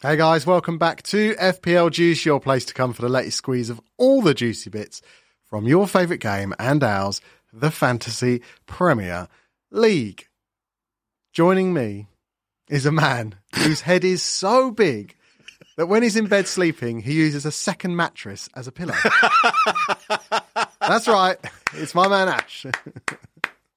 Hey guys, welcome back to FPL Juice, your place to come for the latest squeeze of all the juicy bits from your favourite game and ours, the Fantasy Premier League. Joining me is a man whose head is so big that when he's in bed sleeping, he uses a second mattress as a pillow. That's right, it's my man Ash.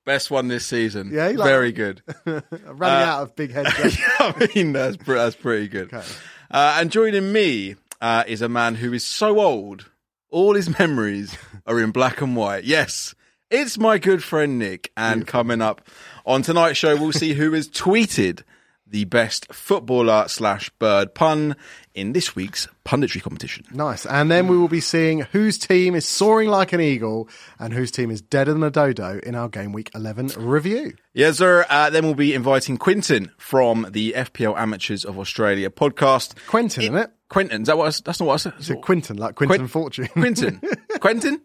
Best one this season. Yeah, you like very good. I'm running out of big head. jokes. I mean, that's pre- that's pretty good. Uh, and joining me uh, is a man who is so old, all his memories are in black and white. Yes, it's my good friend Nick. And coming up on tonight's show, we'll see who has tweeted the best footballer slash bird pun in this week's punditry competition. Nice. And then we will be seeing whose team is soaring like an eagle and whose team is deader than a dodo in our Game Week 11 review. Yes, sir. Uh, then we'll be inviting Quinton from the FPL Amateurs of Australia podcast. Quentin, isn't it? Quinton, is that what I, s- that's not what I said? Is it Quinton, like Quinton Fortune? Quentin. Quentin?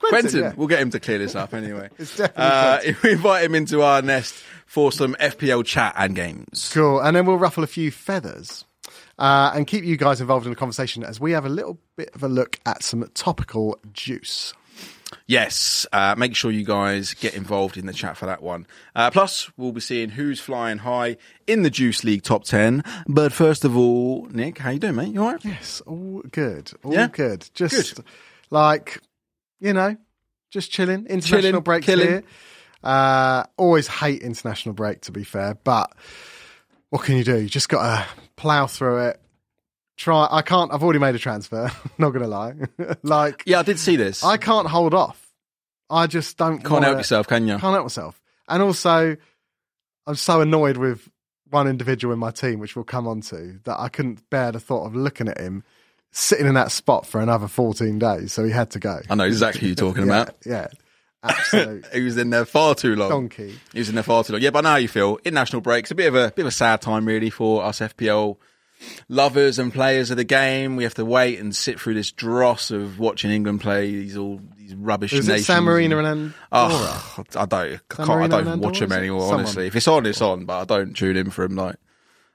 Quentin. yeah. We'll get him to clear this up anyway. It's definitely uh, we invite him into our nest for some FPL chat and games. Cool. And then we'll ruffle a few feathers uh, and keep you guys involved in the conversation as we have a little bit of a look at some topical juice. Yes, uh, make sure you guys get involved in the chat for that one. Uh, plus, we'll be seeing who's flying high in the Juice League top 10. But first of all, Nick, how you doing, mate? You all right? Yes, all good. All Yeah? good. Just like, you know, just chilling. International Chilling, breaks killing. here. Uh, always hate international break, to be fair, but what can you do? You just got to plow through it. Try. I can't. I've already made a transfer. not gonna lie. like Yeah, I did see this. I can't hold off. I just don't. Can't help wanna- yourself, can you? Can't help myself. And also, I'm so annoyed with one individual in my team, which we'll come on to, that I couldn't bear the thought of looking at him sitting in that spot for another 14 days. So he had to go. I know exactly who you're talking Yeah, about. yeah. Absolute He was in there far too long. donkey. He was in there far too long. Yeah, but now you feel international breaks a bit of a bit of a sad time really for us FPL lovers and players of the game. We have to wait and sit through this dross of watching England play these all these rubbish. Was it nations San Marino and- and Andorra? Oh, I don't, I, can't, I Marino don't and Andorra, watch them is it? anymore. Someone. Honestly, if it's on, it's on. But I don't tune in for them. Like,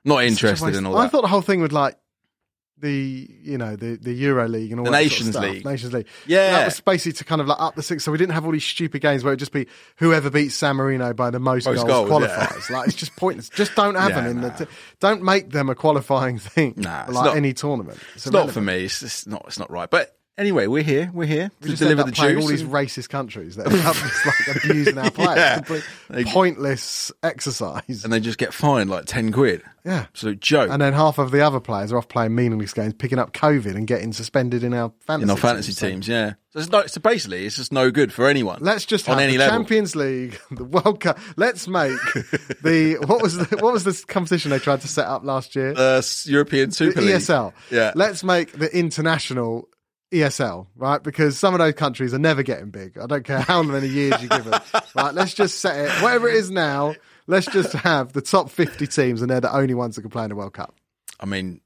not interested in all I that. thought the whole thing would like the you know the the Euro League and all The that sort of Nations stuff. League. Nations League. Yeah. that was basically to kind of like up the six, so we didn't have all these stupid games where it'd just be whoever beats San Marino by the most, Most goals, goals, yeah. qualifies. Like it's just pointless. Just don't have Yeah, them in nah. the. T- don't make them a qualifying thing. Nah, it's like not- any tournament. It's it's not for me. It's, it's not. It's not right. But anyway, we're here. We're here to deliver the playing juice. all these and- racist countries that are just like abusing our players. Yeah. Complete They- pointless exercise. and they just get fined like ten quid. Yeah. Absolute joke. And then half of the other players are off playing meaningless games, picking up COVID and getting suspended in our fantasy in our fantasy teams. So teams. Yeah, so, it's no, so basically, it's just no good for anyone. Let's just on have any the level. Champions League, the World Cup. Let's make the what was the, what was this competition they tried to set up last year? uh, s- European Super the League. ESL. Yeah. Let's make the international ESL, right? Because some of those countries are never getting big. I don't care how many years you give them. Right? Let's just set it whatever it is now. Let's just have the top fifty teams, and they're the only ones that can play in the World Cup. I mean,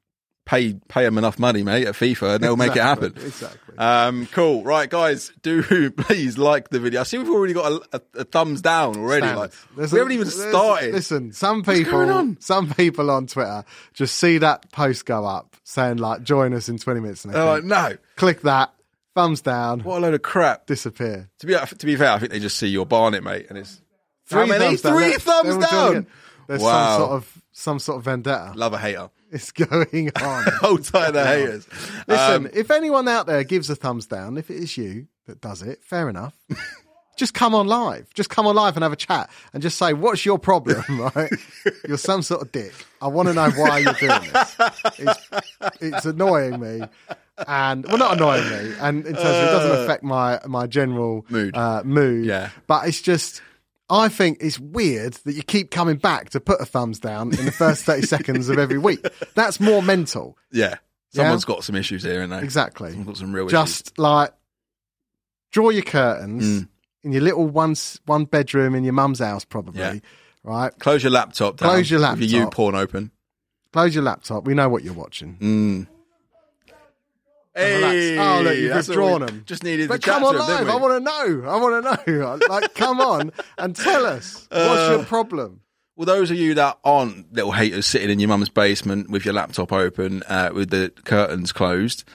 pay pay them enough money, mate, at FIFA, and they'll make it happen. Exactly. Um, cool. Right, guys, do please like the video. I see we've already got a, a, a thumbs down already. Like, Standards. we Listen- haven't even listen- started. Listen, some people, going on? some people on Twitter just see that post go up saying like, "Join us in twenty minutes," and they They're like, think, no, click that, thumbs down, Uh, what a load of crap. disappear. To be to be fair, I think they just see your barnet, mate, and it's how Three many? thumbs down. Three They're- thumbs they're all doing down. it. There's Wow. some sort of some sort of vendetta. Love a hater. It's going on. Hold tight, the haters. Um, Listen, if anyone out there gives a thumbs down, if it is you that does it, fair enough. just come on live. Just come on live and have a chat and just say, what's your problem, right? you're some sort of dick. I want to know why you're doing this. It's, it's annoying me. And well, not annoying me, and in terms of it doesn't affect my my general Uh, Mood. Uh, mood. Yeah. but it's just I think it's weird that you keep coming back to put a thumbs down in the first thirty seconds of every week. That's more mental. Yeah, someone's got some issues here, and they Exactly. Someone's got some real issues. Just like draw your curtains Mm. in your little one s- one bedroom in your mum's house, probably. Yeah. Right. Close your laptop down. Close your With your U laptop. porn open. Close your laptop. We know what you're watching. Mm. Hey, Oh, look, you've that's withdrawn all we- them. Just needed But the chat come on to them, live. didn't we? I Uh. want to know. I want to know. Like, come on and tell us what's your problem. Well, those of you that aren't little haters sitting in your mum's basement with your laptop open, uh, with the curtains closed,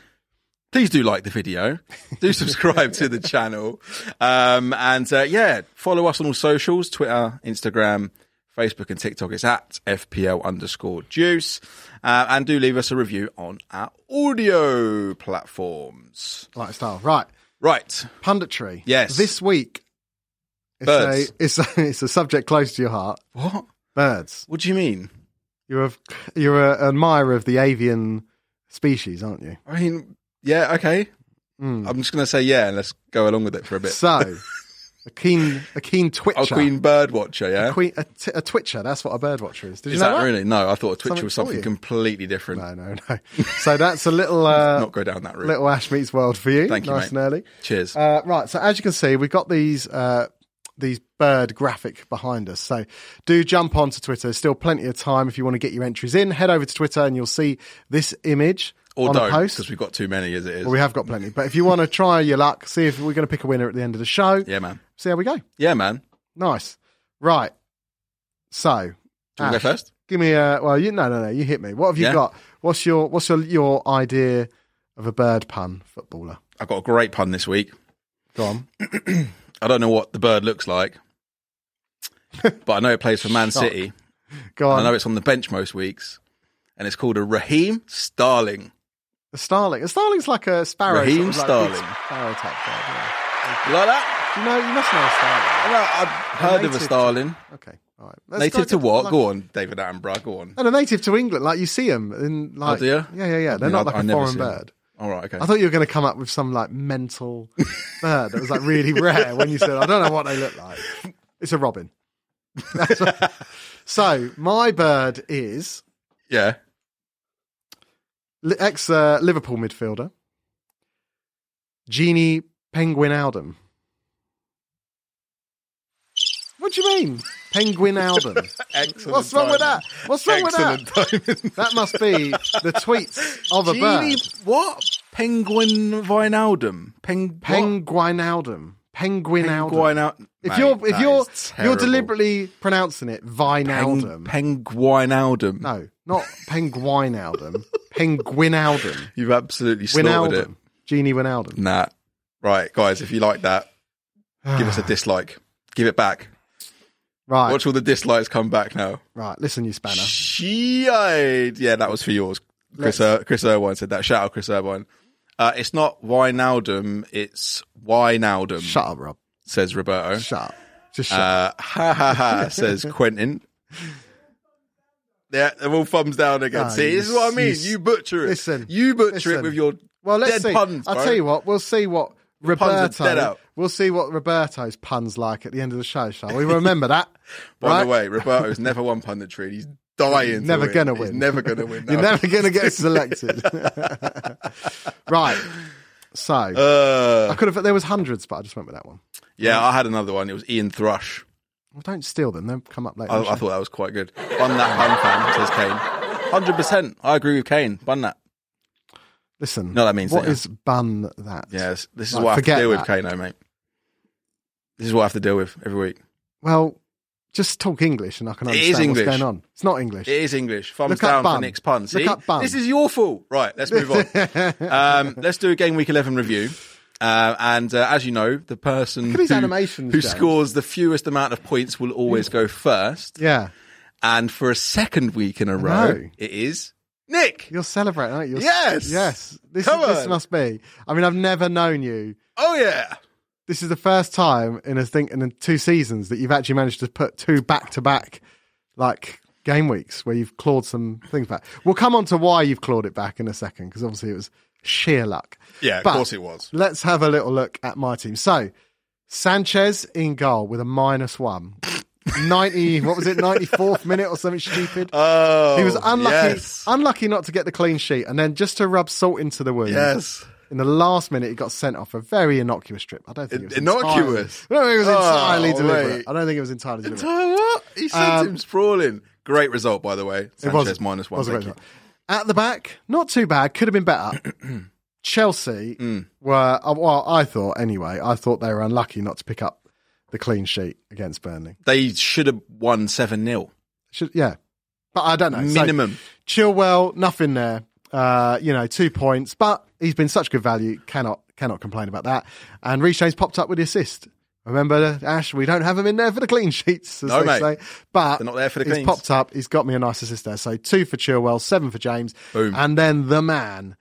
please do like the video. Do subscribe to the channel. Um, and uh, yeah, follow us on all socials Twitter, Instagram, Facebook, and TikTok. It's at FPL underscore juice. Uh, and do leave us a review on our audio platforms. Like style. Right. Right. Punditry. Yes. This week, it's, Birds. A, it's, a, it's a subject close to your heart. What? Birds. What do you mean? You're a, you're an admirer of the avian species, aren't you? I mean, yeah, okay. I'm just going to say yeah and let's go along with it for a bit. So, a keen a keen twitcher, Our Oh, queen bird watcher, yeah? a, queen, a, t- a twitcher. That's what a bird watcher is. Did Is you know that that? really? No, I thought a Twitch Something was for something you. completely different. No, no, no. So that's a little uh, Not go down that route. little Ash meets world for you. Thank you, nice mate. and early. Cheers. Uh, right, so as you can see, we've got these uh, these bird graphic behind us. So do jump onto Twitter. There's still plenty of time if you want to get your entries in. Head over to Twitter and you'll see this image or on a don't, post. because we've got too many as it is. Well, we have got plenty, but if you want to try your luck, see if we're going to pick a winner at the end of the show. yeah, man. See how we go. Yeah, man. Nice. Right. So, Do you wanna Ash, go first? give me a well. You no no no. You hit me. What have you Yeah. got? What's your what's your your idea of a bird pun footballer? I've got a great pun this week. Go on. I don't know what the bird looks like, but I know it plays for Man Shock. City. Go I know on. it's on the bench most weeks, and it's called a Raheem Starling. A starling. A starling's like a sparrow. Raheem sort of like big Starling. Sparrow type bird. Yeah. You like that? You know, you must know a starling. I know, I've heard of native a to- Starling. Okay. All right. Let's Native go- to what? Like, Go on, David Attenborough. Go on. And a native to England, like you see them in like Oh, do you? yeah yeah yeah. They're Yeah, not I- like a I never foreign see 'em. bird. All right, okay. I thought you were going to come up with some like mental bird that was like really rare when you said, I don't know what they look like. It's a robin. That's what- so my bird is yeah. ex uh, Liverpool midfielder Genie Penguinaldum. What do you mean, Penguinaldum? Excellent. What's wrong with that? timing. What's wrong with that? Excellent timing. That must be the tweets of a Genie- bird. What? Penguin Vinaldum. Peng- Penguinaldum. Penguinaldum. Penguinaldum. If you're if you're you're deliberately pronouncing it Vinaldum. Penguinaldum. no, not Penguinaldum. Penguinaldum. You've absolutely slaughtered it. Winaldum. Genie Winaldum. Nah. Right, guys, if you like that, give us a dislike. Give it back. Right. Watch all the dislikes come back now. Right. Listen, you spanner. She Yeah, that was for yours. Chris, Ir- Chris Irvine said that. Shout out, Chris Irvine. Uh, it's not Winaldum, it's Winaldum, Shut up, Rob. says Roberto. Shut up. Just shut up. Uh, ha ha ha, says Quentin. Yeah, they're all thumbs down again. No, see, you- this is what I mean. you- You, butcher it. Ah, listen, you butcher it listen. with your Well, let's dead see. puns. I'll bro. tell you what. We'll see what puns are dead Roberto. out. We'll see what Roberto's puns like at the end of the show. Shall we remember that? By right? the way, Roberto's never won punditry. and He's dying. to Never win. gonna He's win. never gonna win. You're now. never going to get selected. right. So I Uh, could have. There was hundreds, but I just went with that one. yeah, I had another one. It was Ian Thrush. Well, don't steal them. They'll come up later. I, I'm Oh, I sure. thought that was quite good. Bun that, bun fan, says Kane. Hundred percent. I agree with Kane. Bun that. Listen. No, that means what that, yeah. is bun that? Yes, this is Right, what I have to forget deal that. with, Kano, mate. This is what I have to deal with every week. Well, just talk English, and I can It is understand what's English. going on. It's not English. It is English. Thumbs Look up down for bun. Nick's pun. See, up bun. this is your fault. Right, let's move on. um, let's do a game week eleven review. Uh, and uh, as you know, the person these who, animations, who James. scores the fewest amount of points will always go first. yeah, And for a second week in a row, know. it is Nick. you're celebrating, aren't you? You're- Yes! yes. This, Come this on. must be. I mean, I've never known you. Oh yeah, This is the first time in a think in two seasons that you've actually managed to put two back to back, like game weeks where you've clawed some things back. We'll come on to why you've clawed it back in a second because obviously it was sheer luck. yeah. But- of course it was. Let's have a little look at my team. So, Sanchez in goal with a minus one. 90, what was it, 94th minute or something stupid? Oh, he was unlucky, Yes. unlucky not to get the clean sheet. And then just to rub salt into the wound, Yes. in the last minute, he got sent off for a very innocuous trip. I don't think it was Innocuous? Entirely, I don't think it was entirely Oh, deliberate. mate. I don't think it was entirely deliberate. Oh, what? He sent Um, him sprawling. Great result, by the way. Sanchez it was minus one. was a thank great you. result. At the back, not too bad. Could have been better. Chelsea Mm. were uh, well, I thought anyway. I thought they were unlucky not to pick up the clean sheet against Burnley. They should have won seven 0 Should, yeah. But I don't know. So, Minimum. Chilwell, nothing there. Uh, you know, two points, but he's been such good value. Cannot cannot complain about that. And Reece James popped up with the assist. Remember, Ash, we don't have him in there for the clean sheets, as No, they mate. say. But They're not there for the he's cleans. popped up. He's got me a nice assist there. So two for Chilwell, seven for James, Boom. and then the man,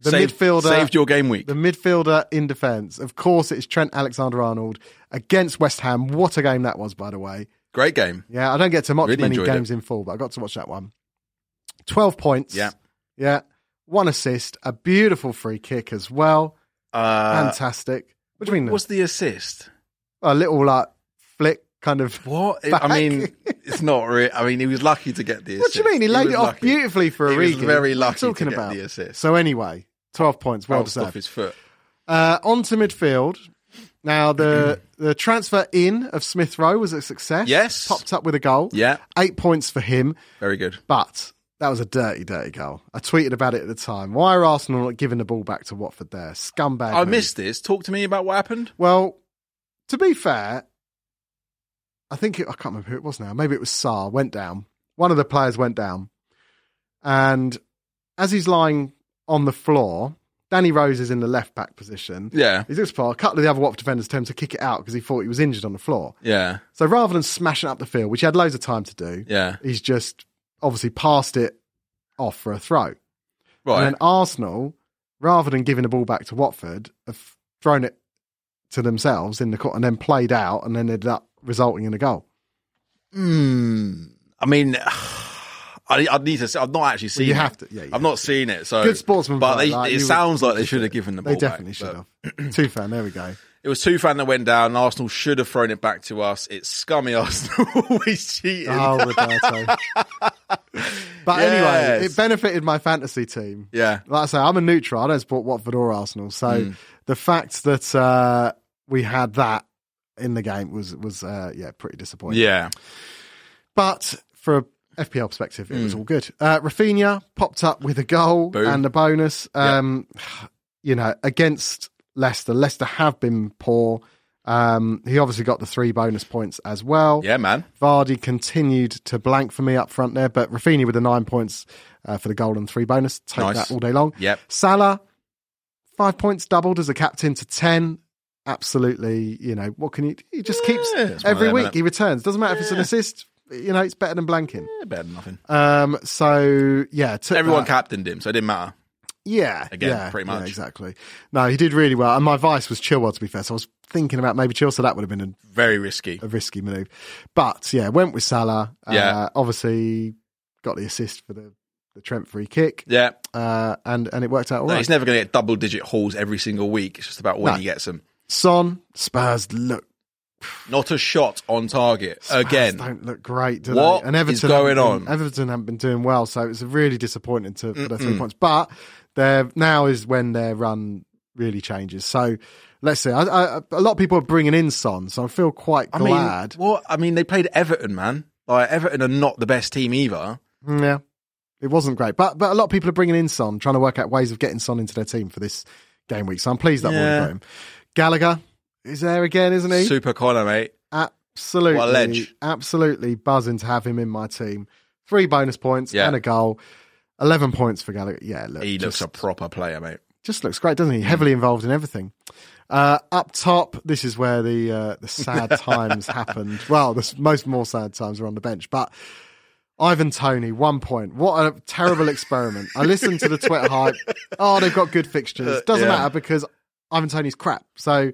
the Saved- midfielder, saved your game week. the midfielder in defence. Of course, it's Trent Alexander-Arnold against West Ham. What a game that was, by the way. Great game. Yeah, I don't get to watch Really many enjoyed it. games in full, but I got to watch that one. 12 points. Yeah. Yeah. One assist, a beautiful free kick as well. Uh, Fantastic. What do you mean? what's the assist? a little like flick kind of. What? Back. I mean, it's not real. I mean, he was lucky to get the What assist. do you mean? He laid was it off lucky. beautifully for He a was Origi. What very are you lucky to talking get about? the assist. So anyway, 12 points. Well Bounced off deserved. his foot. Uh, on to midfield. Now the the transfer in of Smith Rowe was a success. Yes. popped up with a goal. Yeah. eight points for him. Very good. But that was a dirty, dirty goal. I tweeted about it at the time. Why are Arsenal not giving the ball back to Watford there? Scumbag. I move. missed this. Talk to me about what happened. Well, to be fair, I think it, I can't remember who it was now. Maybe it was Saar went down. One of the players went down, and as he's lying on the floor, Danny Rose is in the left back position. Yeah. He looks for a couple of the other Watford defenders attempt to kick it out because he thought he was injured on the floor. Yeah. So rather than smashing up the field, which he had loads of time to do, Yeah. he's just obviously passed it off for a throw. And Right. then Arsenal, rather than giving the ball back to Watford, have thrown it to themselves in the court and then played out and then ended up resulting in a goal. Hmm. I mean, I, I'd need to. See, I've not actually seen. you it. have to- yeah, you I've not seen it. So Good sportsman But play, they, like, it you would- sounds like they should have given the ball. They definitely back, should but- have. Two fan, there we go. It was two fan that went down. Arsenal should have thrown it back to us. It's scummy Arsenal always cheating. Oh, Roberto. but anyway, Yes. it benefited my fantasy team. Yeah. like I say, I'm a neutral. I don't support Watford or Arsenal. So Hmm. the fact that uh, we had that in the game was was uh, yeah pretty disappointing. Yeah. But for a FPL perspective, it was all good. Uh, Rafinha popped up with a goal Hmm. Boom. and a bonus. Um, You know, against Leicester, Leicester have been poor. Um, he obviously got the three bonus points as well. Yeah, man. Vardy continued to blank for me up front there, but Rafinha with the nine points uh, for the goal and three bonus. Take Nice. that all day long. Yep. Salah, five points doubled as a captain to 10. Absolutely, you know, what can you? He just keeps Yeah, it's one of every them, week, innit? he returns. Doesn't matter if it's an assist, you know, it's better than blanking. Yeah, better than nothing. Um, so yeah, took Everyone that. captained him, so it didn't matter. Yeah, Again, yeah, pretty yeah, much. exactly. No, he did really well. And my vice was Chilwell, to be fair. So I was thinking about maybe Chilwell, so that would have been Very risky. a, a risky move. But yeah, went with Salah. Yeah. Uh, obviously, got the assist for the, the Trent free kick. Yeah. Uh, and, and it worked out all No, right. he's never going to get double digit hauls every single week. It's just about when No. he gets them. Son, Spurs look Not a shot on target Spurs again. don't look great, do What they? And Everton is going haven't been- on? Everton haven't been doing well, so it's really disappointing to for their three points. But they're, now is when their run really changes. So let's see. I, I, a lot of people are bringing in Son, so I feel quite I glad. mean, what? I mean, they played Everton, man. Like Everton are not the best team either. Mm, yeah, it wasn't great, but but a lot of people are bringing in Son, trying to work out ways of getting Son into their team for this game week. So I'm pleased that we Yeah. got him. Gallagher is there again, isn't he? Super Connor, mate. Absolutely, What a ledge. absolutely buzzing to have him in my team. Three bonus points Yeah. and a goal. Eleven points for Gallagher. Yeah, look, He looks just, a proper player, mate. just looks great, doesn't he? Heavily involved in everything. Uh, up top, this is where the uh, the sad times happened. Well, the s- most more sad times were on the bench, but. Ivan Tony, one point. What a terrible experiment. I listened to the Twitter hype. Oh, they've got good fixtures. Doesn't Uh, yeah. matter because Ivan Tony's crap. So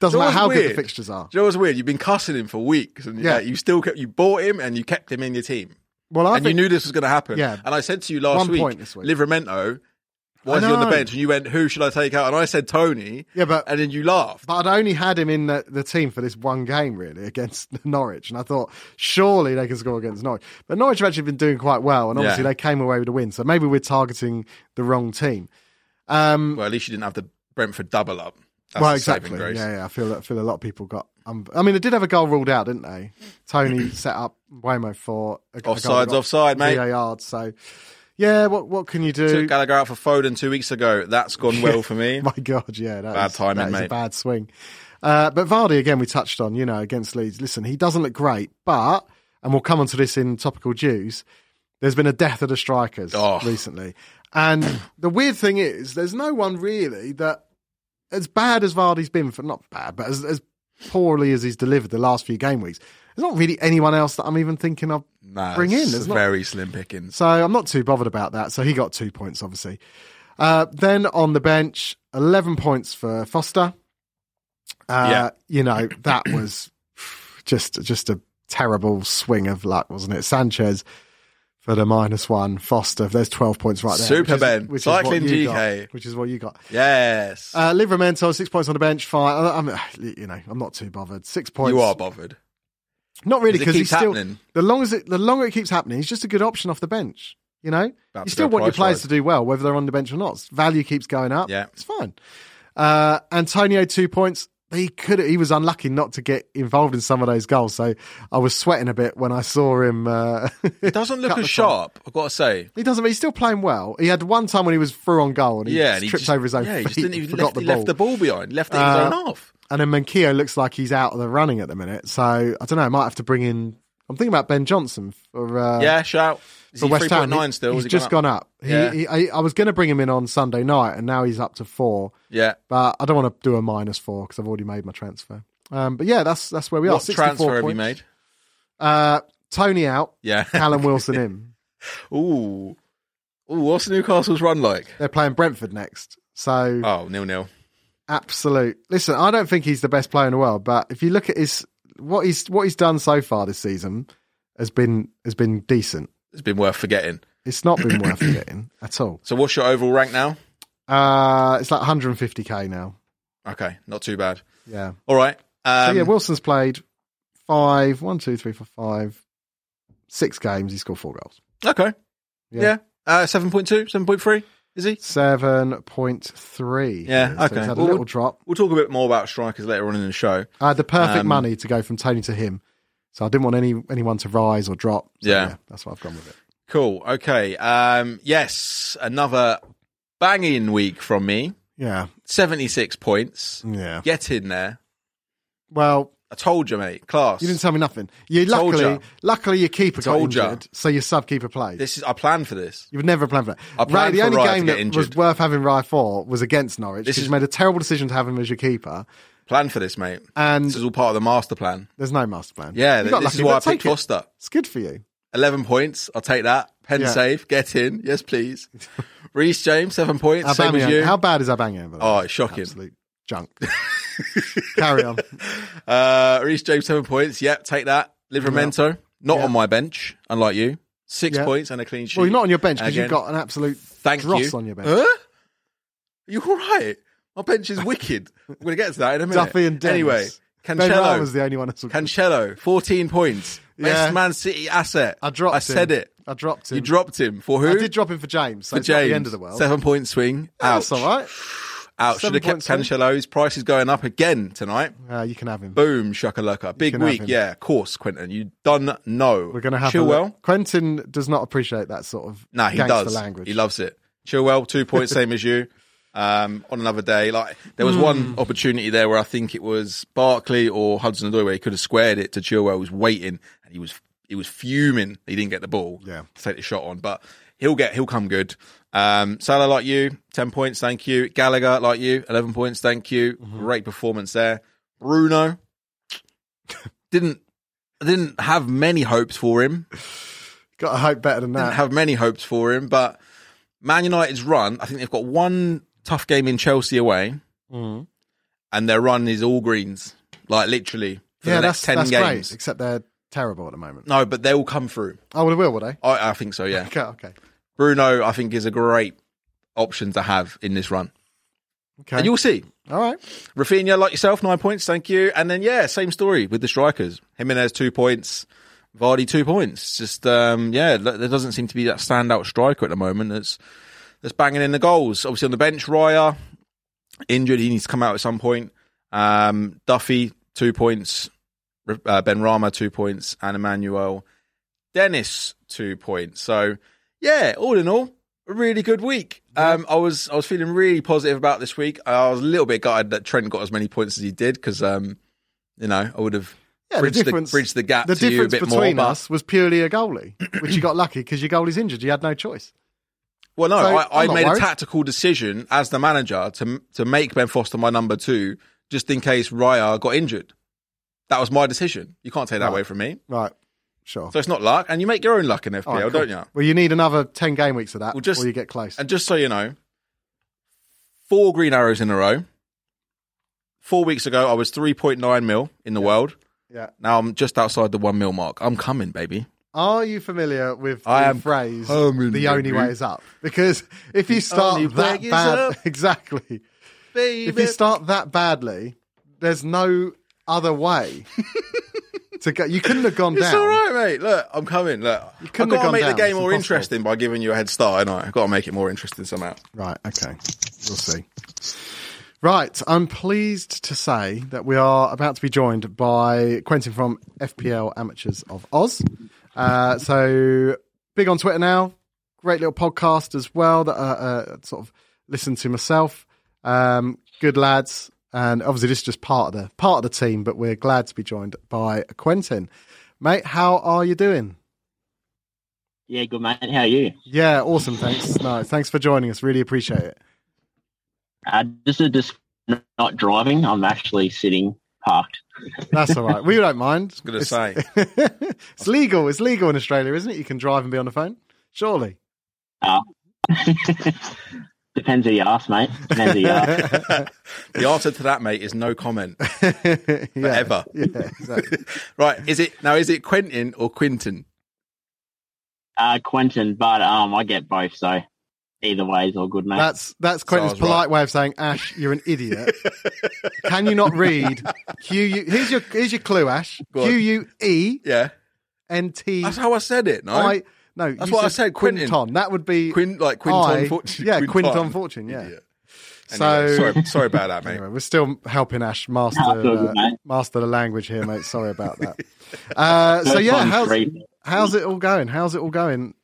doesn't That matter was how good weird. the fixtures are. Do you know what's weird? You've been cussing him for weeks, and Yeah. yeah, you still kept you bought him and you kept him in your team, Well, I and think you knew this was going to happen. Yeah. and I said to you last One week, point this week. Livermento, why I is he on the know. bench? And you went, who should I take out? And I said Tony. Yeah, but- and then you laughed. But I'd only had him in the, the team for this one game, really, against Norwich. And I thought, surely they can score against Norwich. But Norwich have actually been doing quite well. And obviously, Yeah. they came away with a win. So maybe we're targeting the wrong team. Um, well, at least you didn't have the Brentford double up. That's well, a saving exactly. grace. Yeah, yeah. I feel, I feel a lot of people got. Um, I mean, they did have a goal ruled out, didn't they? Tony set up Waymo for a, a goal that Offsides, got offside, mate. VAR'd, so, yeah, what, what can you do? Took Gallagher out for Foden two weeks ago. That's gone well for me. My God, yeah, that Bad is- timing, that is a mate. bad swing. Uh, but Vardy again, we touched on, you know, against Leeds. Listen, he doesn't look great, but and we'll come onto this in topical juice. There's been a death of the strikers Oh. recently, and the weird thing is, there's no one really that as bad as Vardy's been for not bad, but as, as poorly as he's delivered the last few game weeks. There's not really anyone else that I'm even thinking of Nah, Bring in, it's there's not- very slim pickings. so I'm not too bothered about that. So he got two points, obviously. Uh, then on the bench, 11 points for Foster. Uh, Yeah. You know, that was just just a terrible swing of luck, wasn't it? Sanchez for the minus one, Foster. There's 12 points right there. Super, which is- Ben. Which Cycling is what you GK. Got, which is what you got. Yes, Uh, Livramento, six points on the bench. Fine. I- I'm, you know, I'm not too bothered. Six points. you are bothered. Not really, 'Cause it because keeps he's still happening. the long as it the longer it keeps happening, he's just a good option off the bench. You know, About you to still go want your price players rise. to do well, whether they're on the bench or not. Value keeps going up. Yeah. it's fine. Uh, Antonio two points. He could. He was unlucky not to get involved in some of those goals. So I was sweating a bit when I saw him. Uh, It doesn't look Couple as of sharp. I've got to say. he doesn't. But he's still playing well. He had one time when he was through on goal and he Yeah, just and he tripped just- over his own yeah, feet. He just didn't and even forgot left, the he ball. left the ball behind. Left it in Uh, his own half. And then Mankio looks like he's out of the running at the minute. So I don't know. I might have to bring in. I'm thinking about Ben Johnson for uh, Yeah, shout. Is for he West three Ham. point nine He's- still? He's Has he just gone up? gone up. He, Yeah. he, I, I was going to bring him in on Sunday night, and now he's up to four. Yeah. But I don't want to do a minus four because I've already made my transfer. Um, but yeah, that's that's where we are. What 64 transfer have you points. made? Uh, Tony out, Yeah. Callum Wilson in. Ooh. Ooh, what's Newcastle's run like? They're playing Brentford next. So Oh, nil nil. absolute. Listen, I don't think he's the best player in the world, but if you look at his what he's what he's done so far this season has been has been decent. It's been worth forgetting. It's not been worth getting at all. So, what's your overall rank now? Uh, it's like 150k now. Okay, not too bad. Yeah. All right. So Um, yeah, Wilson's played five, one, two, three, four, five, six games. He scored four goals. okay. Yeah. Yeah. Uh, 7.2, 7.3, is he? Seven point three. So Yeah, he's okay. had a Well, little drop. We'll talk a bit more about strikers later on in the show. I had the perfect um, money to go from Tony to him, so I didn't want any anyone to rise or drop. So, Yeah. that's what I've gone with it. Cool. Okay. Um, yes, another banging week from me. Yeah, 76 points. yeah. Get in there. Well, I told you, mate. Class. you didn't tell me nothing. You Told luckily, ya. luckily your keeper got Told ya. injured, so your sub keeper played. this is I planned for this. You've never planned for that. I planned Ray, the only for Raya to game get that was injured. worth having Rye for was against Norwich. This This is- is made a terrible decision to have him as your keeper, Planned for this, mate. and This is all part of the master plan. There's no master plan. Yeah, You th- got this lucky, is why I but take picked it. Foster. It's good for you. 11 points. I'll take that. Pen Yeah. save. Get in. Yes, please. Reese James, seven points. Same as Aubameyang- you. How bad is Aubameyang? by the way? Oh, it's shocking. Absolute junk. Carry on. Uh, Reese James, seven points. Yep, take that. Livramento, not Yeah. on my bench, unlike you. Six Yeah. points and a clean sheet. Well, you're not on your bench because Again. you've got an absolute Thank dross you. Uh, on your bench. Huh? Are you all right? My bench is wicked. We're going to get to that in a minute. Duffy and Dennis. Anyway, Ben Rama Cancelo. was the only one. That's Cancelo, 14 points. Yeah. Best Man City asset. I dropped. I said him. it. I dropped him. You dropped him. For who? I did drop him for James. So for it's James. not the end of the world. Seven point swing. Ouch. That's all right. Ouch. Should Seven have kept point swing. Cancelo. His price is going up again tonight. Uh, you can have him. Boom, shakalaka. Big can have week. him. Yeah, of course, Quentin. You done know. We're going to have a Chilwell. look. Quentin does not appreciate that sort of Nah, he gangster does. language. He loves it. Chilwell, two points, same as you. Um, on another day, like there was Hmm. one opportunity there where I think it was Barkley or Hudson Odoi where he could have squared it to Chilwell. was waiting and he was he was fuming. He didn't get the ball. Yeah. to take the shot on, but he'll get he'll come good. Um, Salah like you, ten points, thank you. Gallagher like you, eleven points, thank you. Mm-hmm. Great performance there. Bruno didn't didn't have many hopes for him got to hope better than that. didn't have many hopes for him, but Man United's run, I think they've got one tough game in Chelsea away, Mhm. and their run is all greens, like literally for Yeah, the that's, next ten that's games. great. Except they're terrible at the moment. No, but they will come through. Oh, well, they will, will they? I, I think so. Yeah, Okay, okay. Bruno, I think is a great option to have in this run, Okay. and you'll see. All right. Rafinha, like yourself, nine points, thank you. And then yeah, same story with the strikers. Jimenez two points, Vardy two points. Just um, yeah, th- there doesn't seem to be that standout striker at the moment that's that's banging in the goals. Obviously on the bench, Raya injured, he needs to come out at some point. Um, Duffy two points, R- uh, Ben Rama two points, and Emmanuel Dennis two points. So yeah, all in all, a really good week. Um, I was I was feeling really positive about this week. I was a little bit gutted that Trent got as many points as he did because um, you know I would have Yeah, bridge, the the, difference, bridge the gap the to you a difference bit more. between but- us was purely a goalie, which you got lucky because your goalie's injured. You had no choice. Well, no, So, I, I I'm not made a worried. tactical decision as the manager to to make Ben Foster my number two, just in case Raya got injured. That was my decision. You can't take that away from me. Right, sure. So it's not luck, and you make your own luck in FPL, All right, cool. don't you? Well, you need another 10 game weeks of that Well, just- before you get close. And just so you know, four green arrows in a row. Four weeks ago, I was three point nine mil in the world. yeah. Now I'm just outside the one mil mark. I'm coming, baby. Are you familiar with the I am phrase, coming, the only baby." way is up? Because if you only start that way is bad, up. exactly. Baby, If you start that badly, there's no other way to go. You couldn't have gone it's down. all right, mate. Look, I'm coming. Look, I've got couldn't have to gone make down. the game It's more impossible. interesting by giving you a head start, and I've got to make it more interesting somehow. Right, okay. We'll see. Right, I'm pleased to say that we are about to be joined by Quentin from FPL Amateurs of Oz. Uh, so, big on Twitter now. Great little podcast as well that uh, uh, sort of listen to myself. Um, good lads, and obviously this is just part of the part of the team, but we're glad to be joined by Quentin, mate. How are you doing? Yeah, good mate. How are you? Yeah, awesome. Thanks. No, thanks for joining us. Really appreciate it. Uh, this is just not driving. I'm actually sitting parked. That's all right. We don't mind. I was gonna say it's legal. It's legal in Australia, isn't it? You can drive and be on the phone. Surely. Depends who you ask, mate. Depends who you ask. the answer to that, mate, is no comment. Forever. Forever. Yeah, exactly. Right? Is it now? Is it Quentin or Quinton? Uh, Quentin, but um, I get both, so either way is all good, mate. That's that's Quentin's Sounds polite way of saying, Ash, you're an idiot. can you not read? Q U. Here's your here's your clue, Ash. Go on. Q U E Yeah, N T that's how I said it. No, I. No, That's you what I said, Quentin. Quinton. That would be Quin like Quinton I- Fortune. Yeah, Quinton Fortune. Yeah. Idiot. So- Anyway, sorry, sorry about that, mate. Anyway, we're still helping Ash master No, it's all good, uh, mate. master the language here, mate. Sorry about that. Uh, so First yeah, time's how's free. how's it all going? How's it all going?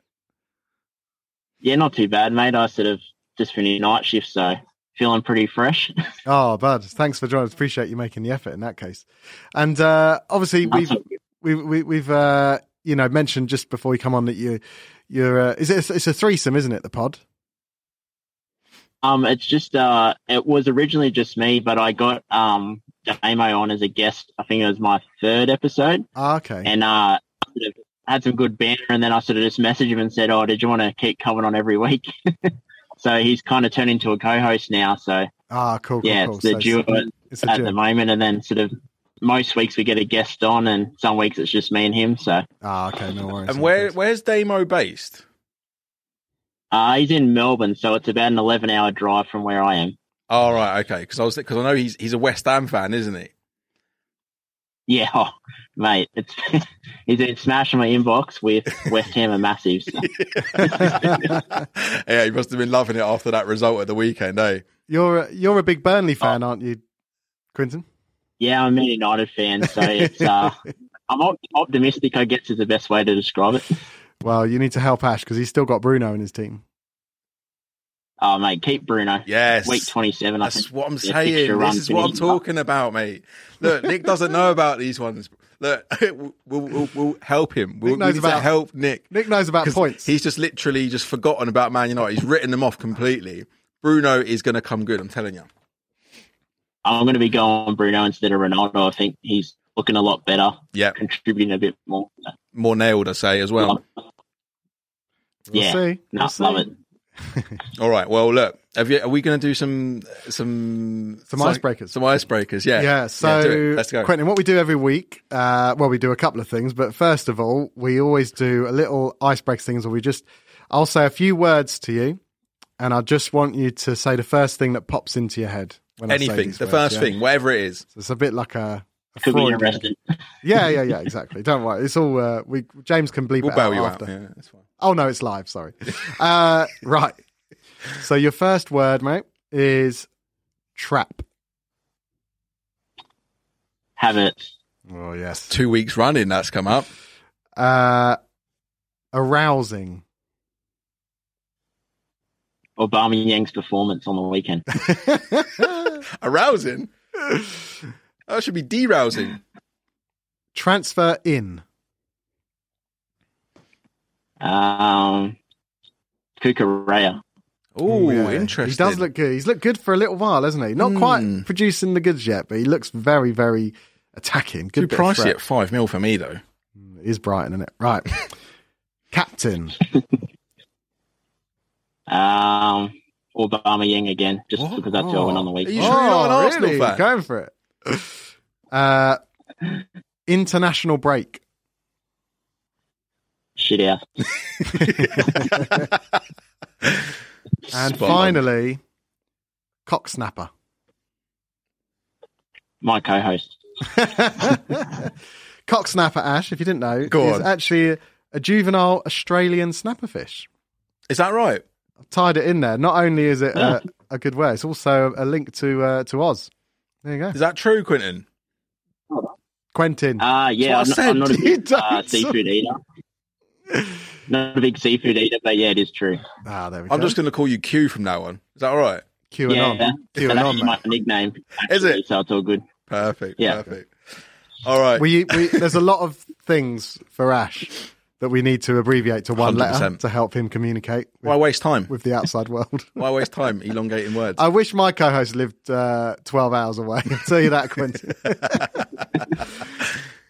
yeah, not too bad, mate. I sort of just finished night shift, so feeling pretty fresh. Oh, bud, thanks for joining. us. Appreciate you making the effort in that case. And uh, obviously, we've we've we- we've uh, you know mentioned just before you come on that you you're uh, is it a, it's a threesome, isn't it? The pod. um, it's just uh, it was originally just me, but I got um Damo on as a guest. I think it was my third episode. Ah, okay. and uh, sort of had some good banter. And then I sort of just messaged him and said, "Oh, did you want to keep coming on every week?" so he's kind of turned into a co-host now. So Ah, cool. cool, yeah, cool. it's the So duo It's a at the duo. moment. And then sort of most weeks we get a guest on, and some weeks it's just me and him. So Ah, okay. No worries. And where where's Damo based? uh, he's in Melbourne, so it's about an eleven-hour drive from where I am. Oh right, okay. Because I was because I know he's he's a West Ham fan, isn't he? Yeah, oh, mate, it's he's been smashing my inbox with West Ham and Massives. yeah, he must have been loving it after that result at the weekend, eh? You're a, you're a big Burnley Oh. fan, aren't you, Quinton? Yeah, I'm a United fan, so it's uh, I'm op- optimistic. I guess is the best way to describe it. Well, you need to help Ash because he's still got Bruno in his team. Oh mate, keep Bruno. Yes. Week twenty seven, I That's think. what I'm Yeah, saying. picture This run is what I'm finished. talking about, mate. Look, Nick doesn't know about these ones. Look, we'll, we'll, we'll help him. We'll, we knows need to about- help Nick. Nick knows about 'Cause points. He's just literally just forgotten about Man United. He's written them off completely. Bruno is going to come good. I'm telling you. I'm gonna be going Bruno instead of Ronaldo. I think he's looking a lot better, Yeah, contributing a bit more. more nailed, I say as well. We'll yeah. see. No, We'll see. love it. All right. Well, look. Have you, are we going to do some some Some icebreakers. Some icebreakers. Yeah. Yeah, so do it. Let's go. Quentin, what we do every week, uh, well, we do a couple of things, but first of all, we always do a little icebreak things where we just, I'll say a few words to you, and I just want you to say the first thing that pops into your head. When I say Anything. these The words, first yeah? thing, whatever it is. So it's a bit like a. a Could be Freudian- arrested. Yeah, yeah, yeah, exactly. Don't worry. It's all, uh, we, James can bleep We'll it bail out you after. out. Yeah, that's fine. Oh no, it's live. Sorry. Uh, right. So your first word, mate, is trap. Have it. Oh yes. Two weeks running. That's come up. Uh, arousing. Obama Yang's performance on the weekend. Arousing. That should be derousing. Transfer in. Um, Kukurea. Oh, Yeah. interesting. He does look good. He's looked good for a little while, hasn't he? Not Hmm. quite producing the goods yet, but he looks very, very attacking. Good Too bit of pricey threat. Hmm, at five mil for me though. It is Brighton, isn't it? Right. Captain. Um, Obama Yang again, just What? Oh. because that's who I went on Oh, the Are you weekend. sure you're not an Arsenal fan? Going for it. Uh, international break. Shit out. And Spot on. finally, cocksnapper. My co-host. cocksnapper, Ash, if you didn't know, Go is on. actually a juvenile Australian snapperfish. Is that right? I've tied it in there. Not only is it a, a good word, it's also a link to uh, to Oz. There you go. Is that true, Quentin? Quentin. Uh, Ah, yeah, I'm That's not, what I I'm not a said. You big don't uh, say- seafood eater. Not a big seafood eater, but yeah, it is true. ah, there we I'm go. just going to call you Q from now on. Is that all right? QAnon. Yeah. That's QAnon, actually my mate. nickname. Is actually, it? So it's all good. Perfect. Yeah. Perfect. All right. We, we, there's a lot of things for Ash that we need to abbreviate to one letter 100%. to help him communicate with, Why waste time? with the outside world. Why waste time elongating words? I wish my co-host lived uh, 12 hours away. I'll tell you that, Quentin.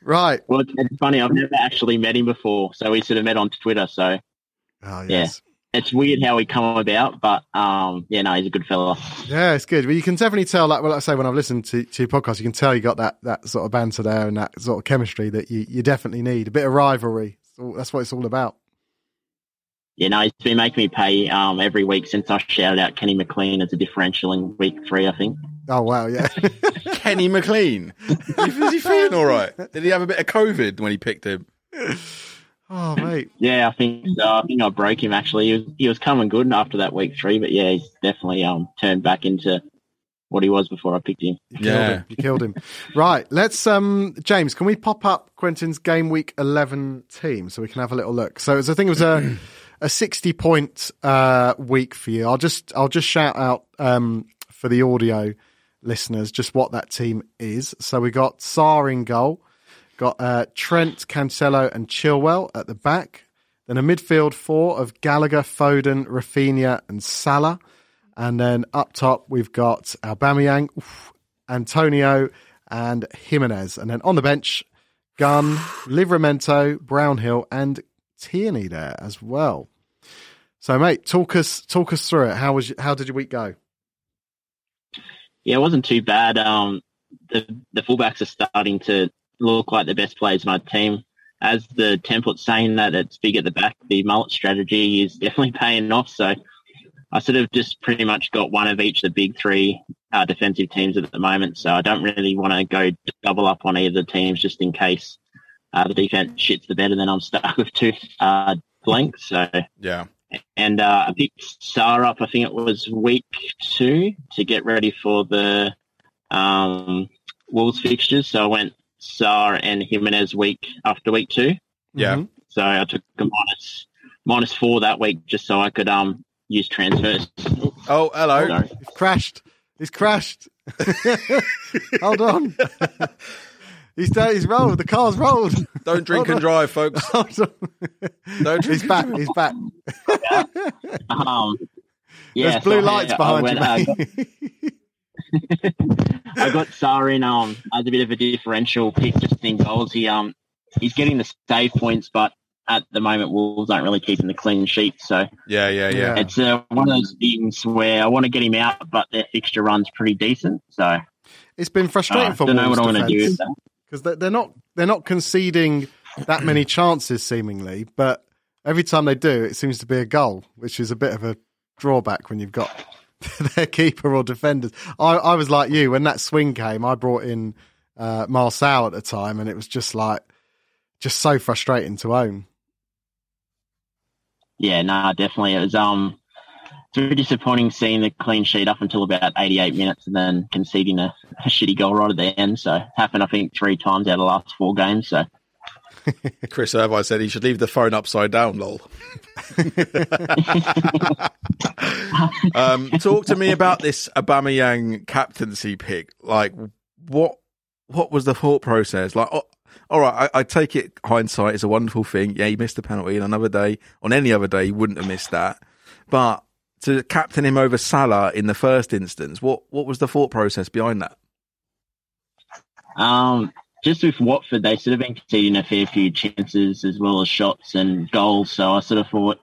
right. Well, it's, it's funny. I've never actually met him before, so we sort of met on Twitter. So Oh, yes. it's weird how we come about, but um, yeah, no, he's a good fella. Yeah, it's good. Well, you can definitely tell, like, well, like I say, when I've listened to, to your podcast, you can tell you got that, that sort of banter there and that sort of chemistry that you, you definitely need. A bit of rivalry. So that's what it's all about. You know, he's been making me pay um, every week since I shouted out Kenny McLean as a differential in week three, I think. Oh, wow. Yeah. Kenny McLean. Is he feeling all right? Did he have a bit of COVID when he picked him? oh, mate. Yeah, I think so. I think I broke him actually. He was he was coming good after that week three, but yeah, he's definitely um turned back into what he was before I picked him. You killed Yeah. him. You killed him. right. Let's, um, James, can we pop up Quentin's game week 11 team so we can have a little look? So it's, I think it was a, a 60 point, uh, week for you. I'll just, I'll just shout out, um, for the audio listeners, just what that team is. So we got Saar in goal, got, uh, Trent, Cancelo and Chilwell at the back. Then a midfield four of Gallagher, Foden, Rafinha and Salah. And then up top, we've got Aubameyang, oof, Antonio, and Jimenez. And then on the bench, Gunn, Livramento, Brownhill, and Tierney there as well. So, mate, talk us talk us through it. How was how did your week go? Yeah, it wasn't too bad. Um, the the fullbacks are starting to look like the best players in my team. As the template's saying that it's big at the back, the mullet strategy is definitely paying off. So I sort of just pretty much got one of each of the big three uh, defensive teams at the moment. So I don't really want to go double up on either of the teams just in case uh, the defense shits the bed and then I'm stuck with two uh, blanks. So Yeah. and uh, I picked Star up. I think it was week two to get ready for the um, Wolves fixtures. So I went Sar and Jimenez week after week two. Yeah. Mhm. So I took a minus minus four that week just so I could um use transfers. Oh, hello. Sorry. He's crashed. He's crashed. Hold on. he's done, he's rolled. The car's rolled. Don't drink and drive, folks. Hold on. Don't drink he's and back. drive. He's back. Um, There's blue lights behind you. you, mate. uh, I got Sar in um as a bit of a differential pick just in goals. He um he's getting the save points, but at the moment Wolves aren't really keeping the clean sheet. So Yeah, yeah, Yeah. yeah. it's uh, one of those things where I want to get him out, but their fixture runs pretty decent. So uh, It's been frustrating I for Ah, don't know Wolves what I want to do. defence. with that. because they're, they're not they're not conceding that many chances seemingly, but every time they do, it seems to be a goal, which is a bit of a drawback when you've got their keeper or defenders. I, I was like you when that swing came. I brought in uh, Marcel at the time, and it was just like just so frustrating to own. Yeah, no, definitely. It was um it's very disappointing seeing the clean sheet up until about 88 minutes and then conceding a, a shitty goal right at the end. So it happened, I think, three times out of the last four games. So Chris Irvine said he should leave the phone upside down, lol. um, talk to me about this Aubameyang captaincy pick. Like, what what was the thought process? Like, oh, all right, I, I take it hindsight is a wonderful thing. Yeah, he missed the penalty, and another day, on any other day, he wouldn't have missed that. But to captain him over Salah in the first instance, what what was the thought process behind that? Um, just with Watford, they sort of been conceding a fair few chances as well as shots and goals. So I sort of thought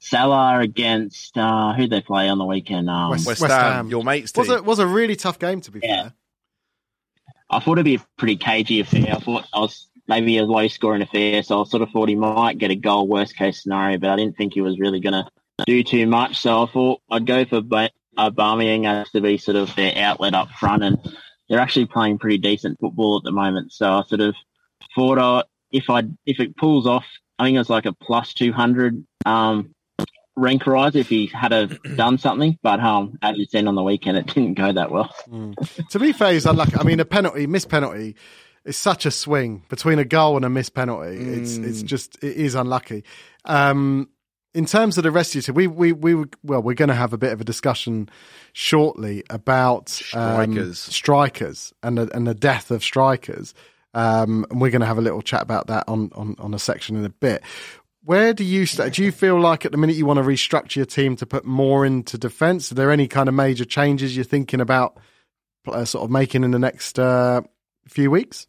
Salah against uh, who they play on the weekend. Um, West- West, West Ham, Ham. your mates team. Was a, was a really tough game, to be Yeah. fair. I thought it'd be a pretty cagey affair. I thought I was maybe a low scoring affair, so I sort of thought he might get a goal, worst case scenario, but I didn't think he was really going to do too much. So I thought I'd go for ba- uh, Aubameyang as to be sort of their outlet up front, and they're actually playing pretty decent football at the moment. So I sort of thought I, if I if it pulls off, I think it was like a plus two hundred. Um, rank rise if he had a, done something but um as you seen on the weekend it didn't go that well Mm. To be fair, he's unlucky. I mean, a penalty, missed penalty, is such a swing between a goal and a missed penalty. It's Mm. it's just it is unlucky. Um, in terms of the rest of your team, we we we were- well, we're going to have a bit of a discussion shortly about um, Strikers. strikers, and the, and the death of strikers. Um, and we're going to have a little chat about that on, on, on a section in a bit. Where do you sta Do you feel like at the minute you want to restructure your team to put more into defence? Are there any kind of major changes you're thinking about uh, sort of making in the next uh, few weeks?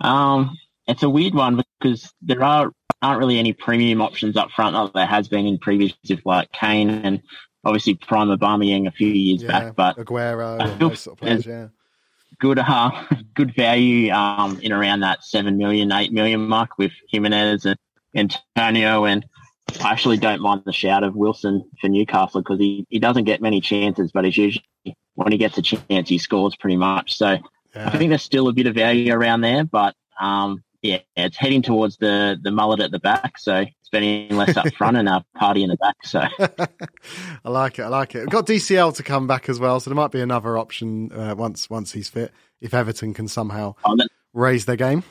Um, it's a weird one because there are aren't really any premium options up front like there has been in previous with like Kane and obviously Prime Aubameyang a few years back, but Aguero I and feel- those sort of players. Yeah, good uh, good value um, in around that seven million, eight million mark with Jimenez and Antonio and I actually don't mind the shout of Wilson for Newcastle because he, he doesn't get many chances, but he's usually when he gets a chance he scores pretty much. So I yeah. think there's still a bit of value around there, but um, yeah, it's heading towards the the mullet at the back, so spending less up front and a party in the back. So I like it. I like it. We've got DCL to come back as well, so there might be another option uh, once once he's fit. If Everton can somehow oh, that, raise their game,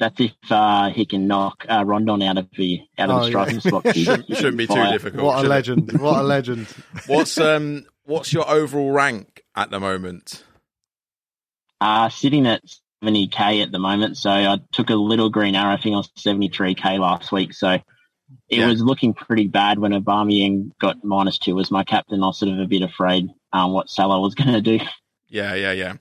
that's if uh, he can knock uh, Rondon out of the out of Oh, the striking yeah. spot. He- Shouldn't- he shouldn't be too fire. difficult. what a should it? legend! What a legend! What's um what's your overall rank at the moment? Uh, sitting at 70k at the moment, so I took a little green arrow. I think I was 73k last week, so. It Yeah. was looking pretty bad when Aubameyang got minus two as my captain. I was sort of a bit afraid um, what Salah was going to do. Yeah, yeah, yeah.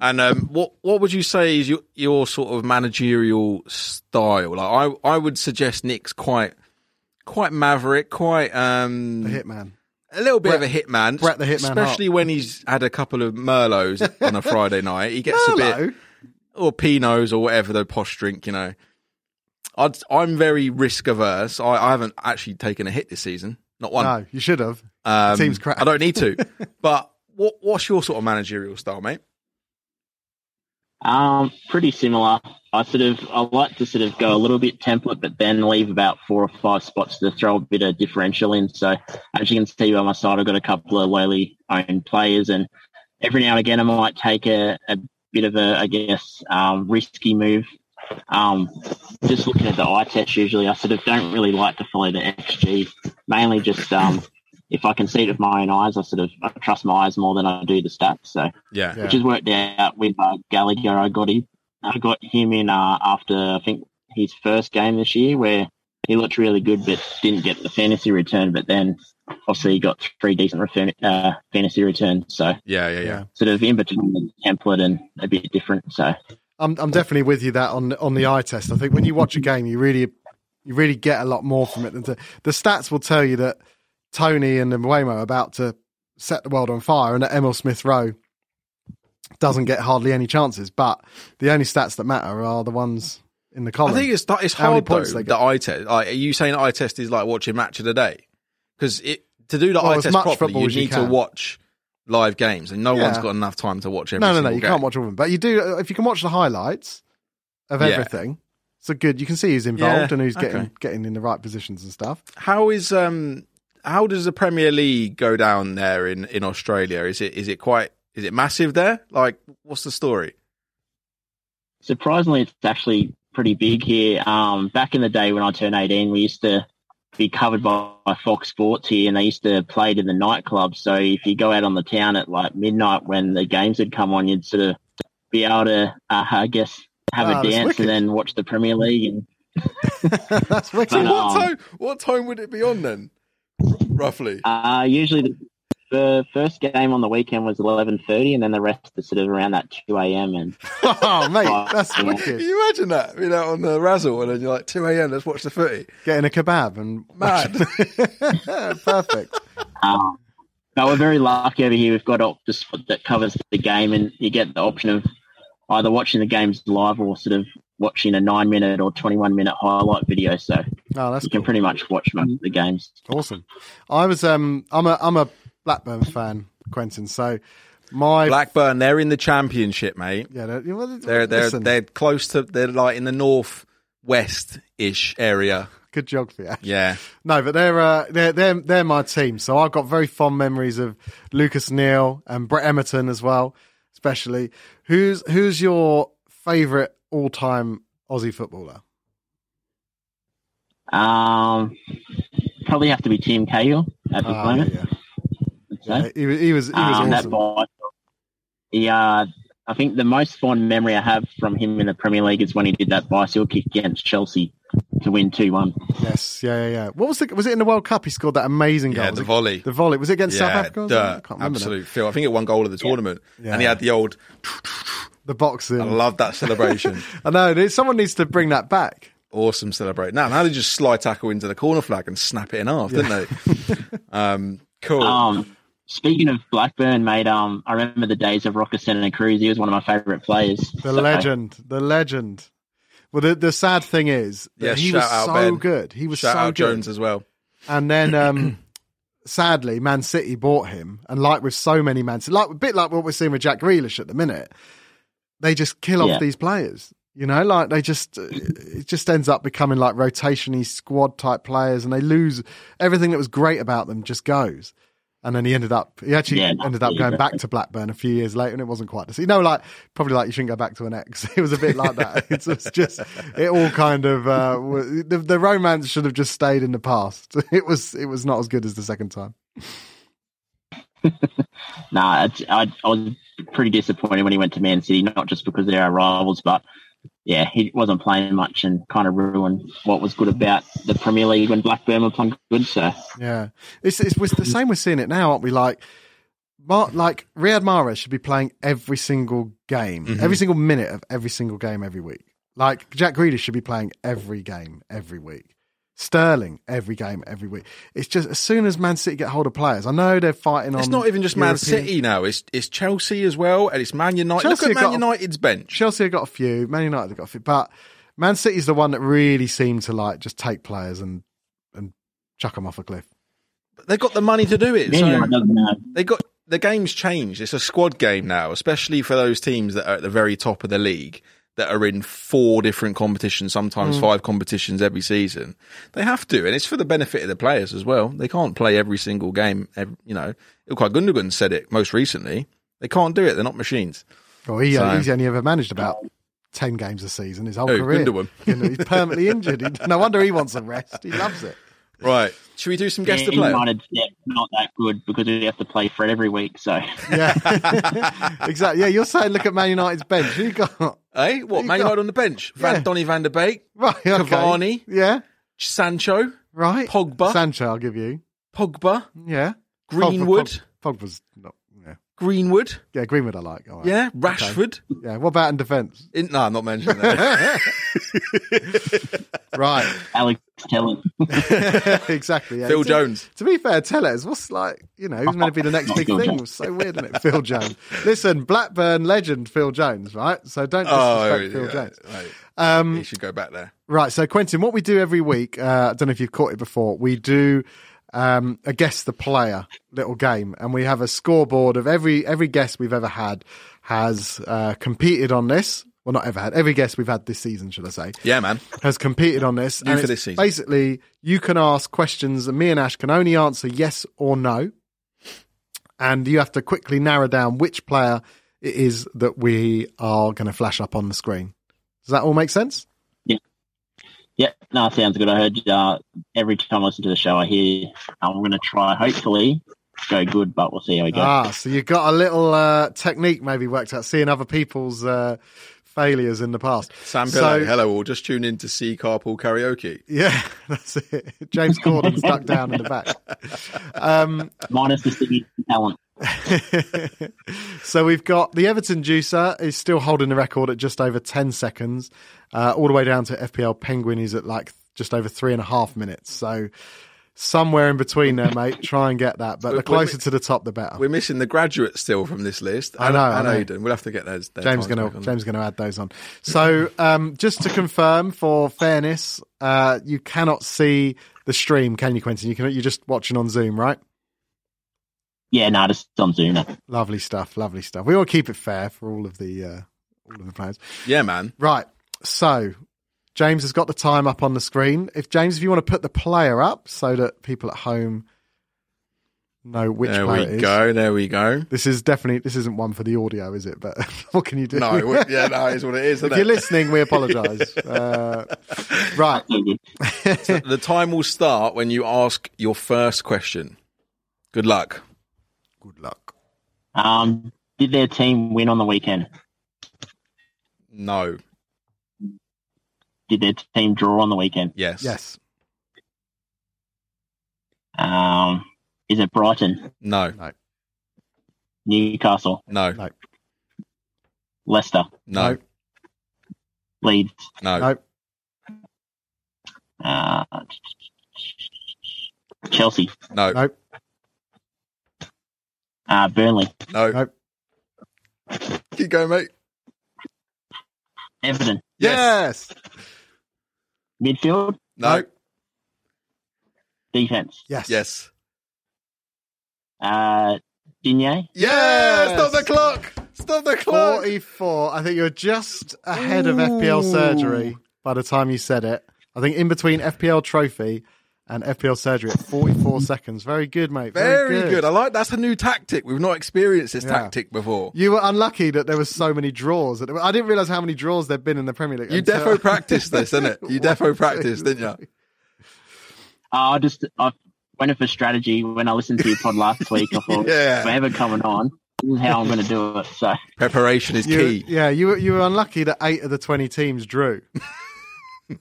And um, what what would you say is your your sort of managerial style? Like, I I would suggest Nick's quite quite maverick, quite The um hitman. a little bit of Brett- a hitman. Brett the Hitman especially when he's had a couple of merlots on a Friday night. He gets a bit Hello. or pinots or whatever the posh drink, you know. I'd, I'm very risk averse. I, I haven't actually taken a hit this season, not one. No, you should have. Um, Team's crap. I don't need to. but what what's your sort of managerial style, mate? Um, pretty similar. I sort of I like to sort of go a little bit template, but then leave about four or five spots to throw a bit of differential in. So as you can see by my side, I've got a couple of lowly owned players, and every now and again I might take a, a bit of a I guess um, risky move. Um, just looking at the eye test, usually I sort of don't really like to follow the XG, mainly just um, if I can see it with my own eyes, I sort of I trust my eyes more than I do the stats. So Yeah. Yeah. which has worked out with uh, Gallagher. I got him. I got him in uh, after I think his first game this year, where he looked really good, but didn't get the fantasy return. But then, obviously, he got three decent return, uh, fantasy returns. So Yeah, yeah, yeah. Yeah. sort of in between the template and a bit different. So I'm I'm definitely with you that on on the eye test. I think when you watch a game, you really you really get a lot more from it. Than to, the stats will tell you that Tony and Mwemo are about to set the world on fire, and that Emil Smith Rowe doesn't get hardly any chances. But the only stats that matter are the ones in the I column. think it's it's How many hard though, points they the get? eye test. Like, are you saying eye test is like watching match of the day? Because it to do the Well, eye as test much properly, football you as you need to can. watch live games, and no Yeah. one's got enough time to watch every. no, no, no. single You game. can't watch all of them, but you do if you can watch the highlights of Yeah. everything. So good, you can see who's involved Yeah, and who's getting okay. getting in the right positions and stuff. How is um how does the Premier League go down there in in Australia? Is it is it quite is it massive there? Like, what's the story? surprisingly, it's actually pretty big here. Um, back in the day when I turned 18, we used to be covered by, by Fox Sports here, and they used to play to the nightclubs. So if you go out on the town at like midnight when the games would come on, you'd sort of be able to, uh, I guess, have Ah, a that's dance wicked. and then watch the Premier League. And That's So wicked. But, what um, time? What time would it be on then? R- roughly. uh, usually the, the first game on the weekend was eleven thirty, and then the rest is sort of around that two a.m. And Oh, mate, that's Yeah. Can wicked. you imagine that? You know, on the razzle, and then you're like two a.m. Let's watch the footy. Getting a kebab and Mad. Perfect. Um, but we're very lucky over here. We've got Optus that covers the game, and you get the option of either watching the games live or sort of watching a nine minute or 21 minute highlight video. So Oh, that's you can pretty much watch most of the games. awesome. I was um, I'm a I'm a Blackburn fan, Quentin. So my Blackburn, they're in the championship, mate. yeah, they're, well, They're they're listen, they're close to they're like in the north west ish area. good geography. actually. Yeah, No, but they're uh, they're they're they're my team. So I've got very fond memories of Lucas Neal and Brett Emerton as well, especially. Who's who's your favourite all time Aussie footballer? Um, probably have to be Tim Cahill at this Ah, moment. yeah, I'd yeah. say. Yeah, he was he was, he was um, awesome. that bite. Yeah, I think the most fond memory I have from him in the Premier League is when he did that bicycle kick against Chelsea to win 2 1. Yes, yeah, yeah, yeah. What was the was it in the World Cup? He scored that amazing goal. yeah, Was the it- volley. the volley was it against yeah, South Africa? or something? I dirt, can't remember. now. absolute feel. I think it won goal of the tournament, Yeah. and he had the old. The I boxing. love that celebration. I know. there- Someone needs to bring that back. awesome celebration. Now, now they just slide tackle into the corner flag and snap it in half, didn't they? um, cool. Um, speaking of Blackburn, mate, um, I remember the days of Rocker Senator Cruz. He was one of my favourite players. The legend. The legend. Well, the, the sad thing is that Yeah, he shout was out, so Ben. good. He was Shout so out good. Jones as well. And then, um, sadly, Man City bought him. And like with so many Man City, like a bit like what we're seeing with Jack Grealish at the minute, they just kill Yeah. off these players. You know, like they just it just ends up becoming like rotationy squad type players, and they lose everything that was great about them. Just goes. And then he ended up, he actually Yeah, ended up going absolutely. back to Blackburn a few years later, and it wasn't quite the same. You know, like probably like you shouldn't go back to an ex. It was a bit like that. It's, it's just it all kind of uh, w- the, the romance should have just stayed in the past. It was it was not as good as the second time. Nah, it's, I, I was pretty disappointed when he went to Man City, not just because they're our rivals, but yeah, he wasn't playing much and kind of ruined what was good about the Premier League when Blackburn were playing good. So Yeah, it's it's, it's the same. We're seeing it now, aren't we? Like. Mar- like Riyad Mahrez should be playing every single game, Mhm. every single minute of every single game every week. Like Jack Grealish should be playing every game every week. Sterling every game every week. It's just as soon as Man City get hold of players, I know they're fighting on. It's not even just Man Um, European- City now. It's it's Chelsea as well, and it's Man United. Chelsea Look at Man got- United's bench. Chelsea have got a few. Man United have got a few, but Man City's the one that really seemed to like just take players and and chuck them off a cliff. They've got the money to do it. maybe So I don't know. they got the game's changed. It's a squad game now, especially for those teams that are at the very top of the league that are in four different competitions, Mm. sometimes five competitions every season. They have to, and it's for the benefit of the players as well. They can't play every single game. Every, you know, Ilkay Gundogan said it most recently. They can't do it. They're not machines. Well, he, uh, So- he's only ever managed about ten games a season his whole Oh, career. Gundogan. You know, he's permanently injured. He- no wonder he wants a rest. He loves it. Right. Should we do some guess Yeah, the player? United, yeah, not that good because we have to play Fred every week. So Yeah, exactly. Yeah, you're saying look at Man United's bench. Who you got? Eh? What? You Man got- United on the bench. Van, Yeah. Donny van der Beek, Right, okay. Cavani. Yeah, Sancho, right. Pogba. Sancho, I'll give you. Pogba, Yeah, Pogba- Greenwood, Pog- Pogba's not. Yeah, Greenwood. yeah Greenwood I like. All right. Yeah, Rashford. yeah. What about in defence? In, no, I'm not mentioning that. Right. Alex Teller, exactly. Yeah. Phil To- Jones. To be fair, Tellez, what's like, you know, who's meant to be the next big Phil thing? Jones. It was so weird, isn't it? Phil Jones. Listen, Blackburn legend Phil Jones, right? So don't disrespect Phil Oh, yeah, Jones. right. Um, You should go back there. Right. So, Quentin, what we do every week, uh, I don't know if you've caught it before, we do um, a guess the player little game, and we have a scoreboard of every every guest we've ever had has uh, competed on this. Well, not ever had. Every guest we've had this season, should I say, Yeah, man. has competed on this. New and for it's this season. Basically, you can ask questions, and me and Ash can only answer yes or no. And you have to quickly narrow down which player it is that we are going to flash up on the screen. Does that all make sense? yeah, no, um, sounds good. I heard uh, every time I listen to the show, I hear I'm going to try. Hopefully, go good, but we'll see how we go. Ah, so you got a little uh, technique maybe worked out, seeing other people's uh, failures in the past. Sam So- Pillay, hello all. Just tune in to see Carpool Karaoke. Yeah, that's it. James Corden's ducked down in the back. Um, Minus the singing talent. so we've got the Everton juicer is still holding the record at just over 10 seconds, uh, all the way down to FPL Penguin, who's at like just over three and a half minutes. So somewhere in between there, mate, try and get that. But the closer to the top, the better. We're missing the graduates still from this list. Oh. I know, I And know. Aidan. We'll have to get those. their James times gonna back on. James gonna add those on. So um, just to confirm, for fairness, uh, you cannot see the stream, can you, Quentin? You can. You're just watching on Zoom, right? Yeah, no, just on Zoom. Lovely stuff. Lovely stuff. We will keep it fair for all of the uh, all of the players. Yeah, man. Right. So James has got the time up on the screen. If James, if you want to put the player up so that people at home know which there player we it is. go. There we go. This is definitely this isn't one for the audio, is it? But what can you do? No, it- yeah, no, it's what it is. Isn't if you're it? listening, we apologise. Uh, right. the time will start when you ask your first question. Good luck. Good luck. Um, did their team win on the weekend? No. Did their team draw on the weekend? Yes. Yes. Um, is it Brighton, No. Newcastle, No. No. Leicester, No. Leeds? No. No. Uh, Chelsea, No. No. uh, Burnley, No. No. Keep going, mate. Everton, Yes. midfield, No. No. defense. Yes. Yes. Uh, Digne, Yeah. Yes. Stop the clock. Stop the clock. Forty-four. I think you're just ahead of FPL Ooh. surgery by the time you said it. I think in between FPL trophy and FPL surgery at forty-four seconds. Very good, mate. Very, Very good. I like that's a new tactic. We've not experienced this Yeah. tactic before. You were unlucky that there were so many draws. That there were- I didn't realize how many draws there'd been in the Premier League. You until- defo practiced this, didn't it? You defo practiced, didn't you? Oh, I just I went in for strategy when I listened to your pod last week. I thought, Yeah. if I'm ever coming on, this is how I'm going to do it. So, Preparation is You- key. yeah, you were, you were unlucky that eight of the twenty teams drew.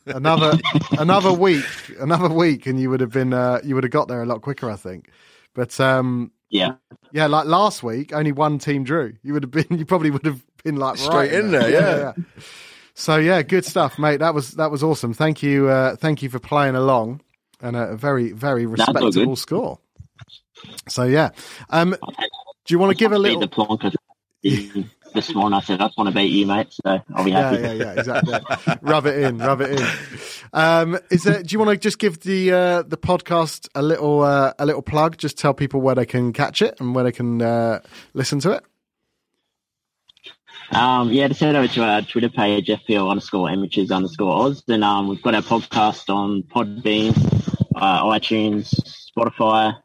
another another week, another week, and you would have been uh, you would have got there a lot quicker, I think. But um, yeah, yeah, like last week, only one team drew. You would have been, you probably would have been like Straight right in there, yeah. So yeah, good stuff, mate. That was that was awesome. Thank you, uh, thank you for playing along, and a, a very very all good. respectable score. So yeah, um, do you want to give a beat little? the plonkers. This morning I said, I just want to beat you, mate. So I'll be happy. yeah, yeah, yeah, exactly. rub it in, rub it in. Um, is there? Do you want to just give the uh, the podcast a little uh, a little plug? Just tell people where they can catch it and where they can uh, listen to it. Um, yeah, just head over to our Twitter page, FPL underscore amateurs underscore Oz. And um, we've got our podcast on Podbean, uh, iTunes, Spotify,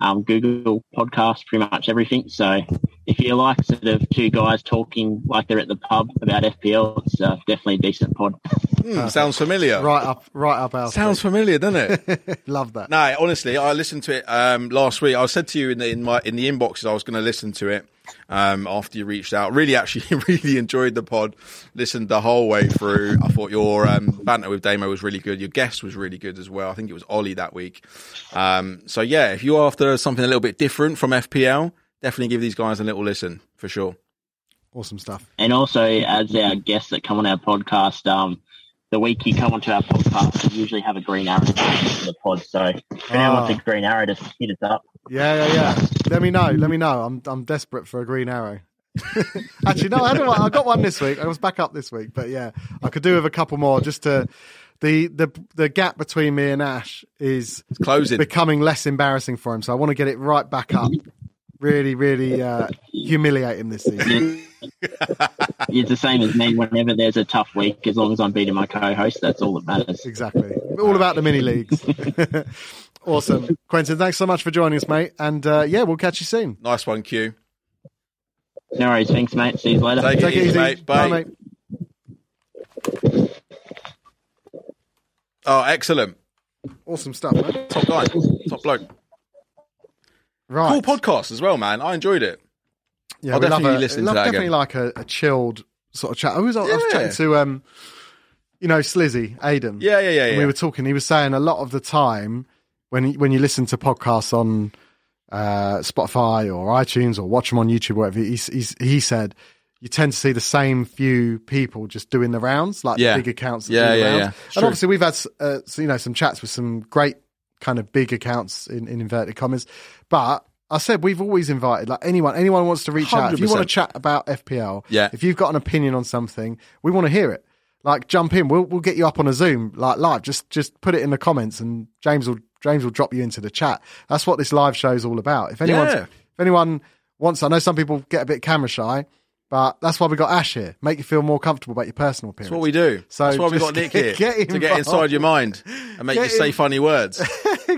um, Google Podcast, pretty much everything. So if you like sort of two guys talking like they're at the pub about FPL, it's uh, definitely a decent pod. Hmm, sounds familiar. Right up, right up our. Sounds familiar, doesn't it? street. Love that. No, honestly, I listened to it um, last week. I said to you in the in my in the inboxes I was going to listen to it um, after you reached out. Really, actually, really enjoyed the pod. Listened the whole way through. I thought your um, banter with Damo was really good. Your guest was really good as well. I think it was Ollie that week. Um, so yeah, if you're after something a little bit different from FPL, definitely give these guys a little listen for sure. Awesome stuff. And also, as our guests that come on our podcast, um, the week you come onto our podcast, we usually have a green arrow for the pod. So if anyone wants Ah. a green arrow, just hit us up. Yeah, yeah, yeah. Let me know. Let me know. I'm I'm desperate for a green arrow. Actually, no, I had one. I got one this week. I was back up this week, but yeah, I could do with a couple more just to. The, the the gap between me and Ash is It's closing. becoming less embarrassing for him. So I want to get it right back up. Really, really uh, humiliate him this season. It's the same as me. Whenever there's a tough week, as long as I'm beating my co-host, that's all that matters. Exactly. All about the mini leagues. awesome. Quentin, thanks so much for joining us, mate. And uh, yeah, we'll catch you soon. nice one, Q. No worries. Thanks, mate. See you later. Take Take it Easy, easy. mate. Bye. Oh, excellent. Oh, Awesome stuff, mate. Top guy. Top bloke. Right. Cool podcast as well, man. I enjoyed it. Yeah, I'll we love definitely a- listen to love that Definitely again. like a, a chilled sort of chat. I was, I was Yeah. chatting to, um, you know, Slizzy, Aiden. Yeah, yeah, yeah. And yeah. we were talking. He was saying a lot of the time when when you listen to podcasts on uh, Spotify or iTunes or watch them on YouTube, or whatever. He, he's, he said you tend to see the same few people just doing the rounds, like Yeah. the big accounts. That Yeah, do the yeah, rounds. yeah. And True. obviously, we've had uh, so, you know some chats with some great kind of big accounts in, in inverted commas, but. I said we've always invited like anyone anyone who wants to reach out if you want to 100%. chat about FPL Yeah. if you've got an opinion on something, we want to hear it. Like jump in. We'll we'll get you up on a Zoom like live. Just just put it in the comments and James will James will drop you into the chat. That's what this live show is all about. If anyone Yeah. if anyone wants, I know some people get a bit camera shy, but that's why we got Ash here. Make you feel more comfortable about your personal appearance. That's what we do. So That's why we just got Nick get- here get to involved. get inside your mind and make Get you say in- funny words.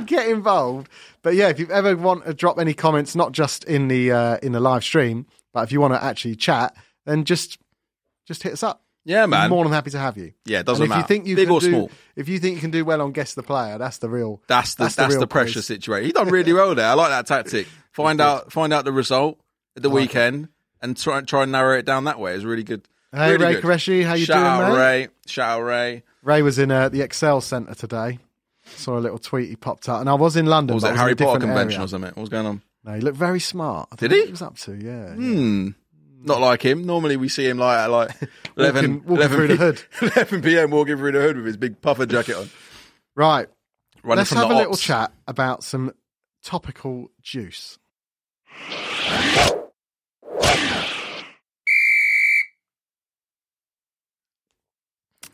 get involved. But yeah, if you ever want to drop any comments, not just in the uh, in the live stream, but if you want to actually chat, then just just hit us up. Yeah, man. More than happy to have you. Yeah, it and doesn't if matter. You think you Big can or do, small. If you think you can do well on guess the player, that's the real. That's the that's the, real pressure quiz. situation. He done really well there. I like that tactic. Find out find out the result at the weekend and try try and narrow it down that way. It's really good. Hey really Ray good. Koreshi, how you Shout doing, out mate? Ray. Ray. Shout out Ray. was in uh, the Excel Centre today. Saw a little tweet he popped up, and I was in London. What was but it I in a Harry Potter different convention or area. something? What was going on? No, he looked very smart. I Did don't know he? what was up to? Yeah. yeah. Hmm. Not like him. Normally we see him like at like 11, walking through the hood. 11 p.m. walking through the hood with his big puffer jacket on. Right. Running Let's from have the a little ops. chat about some topical juice.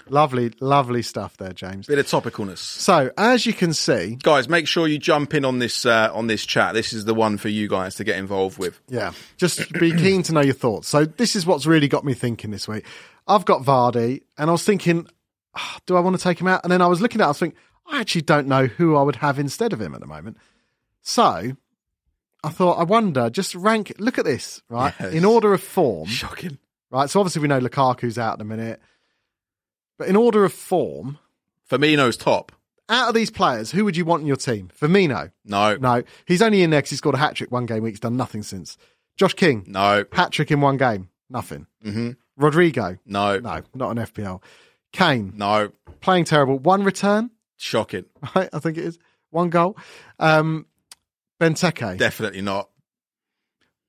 Lovely, lovely stuff there, James. Bit of topicalness. So, as you can see, guys make sure you jump in on this uh, on this chat this is the one for you guys to get involved with yeah, just be keen to know your thoughts. So, this is what's really got me thinking this week. I've got Vardy, and I was thinking, "Ah, do I want to take him out? And then I was looking at, it, I was thinking, I actually don't know who I would have instead of him at the moment. So, I thought, I wonder, just rank. Look at this, right? Yes. In order of form, shocking right? So, obviously, we know Lukaku's out in a minute, but in order of form, Firmino's top out of these players, who would you want in your team? Firmino. no no, No, he's only in there 'cause he scored a hat trick one game week. He's done nothing since. Josh King, hat trick in one game, nothing. hmm Rodrigo, no no no, not an FPL. Kane, playing terrible, one return, shocking right? I think it is one goal. Um, Benteke, definitely not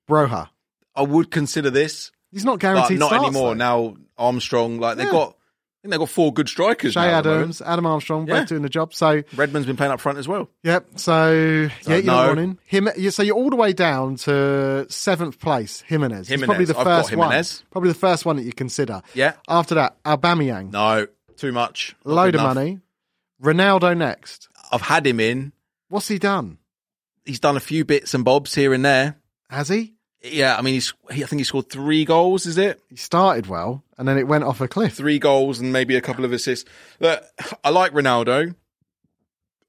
Broha, I would consider this he's not but guaranteed. not starts, anymore though. now Armstrong like they've Yeah. got I think they've got four good strikers Shay now at the Adams, Adam Armstrong, Yeah. both doing the job. So, moment. Redmond's been playing up front as well yep. So, yeah, you're not no. wanting him. yeah, So you're all the way down to seventh place, Jimenez. He's probably Jimenez. the I've got first one. Jimenez. Probably the first one that you consider. yeah After that, Aubameyang. no too much Not load good of enough. money. Ronaldo next. I've had him in What's he done? he's done a few bits and bobs here and there Has he? yeah I mean he's he, I think he scored three goals is it He started well and then it went off a cliff. three goals and maybe a couple of assists. Look, I like Ronaldo.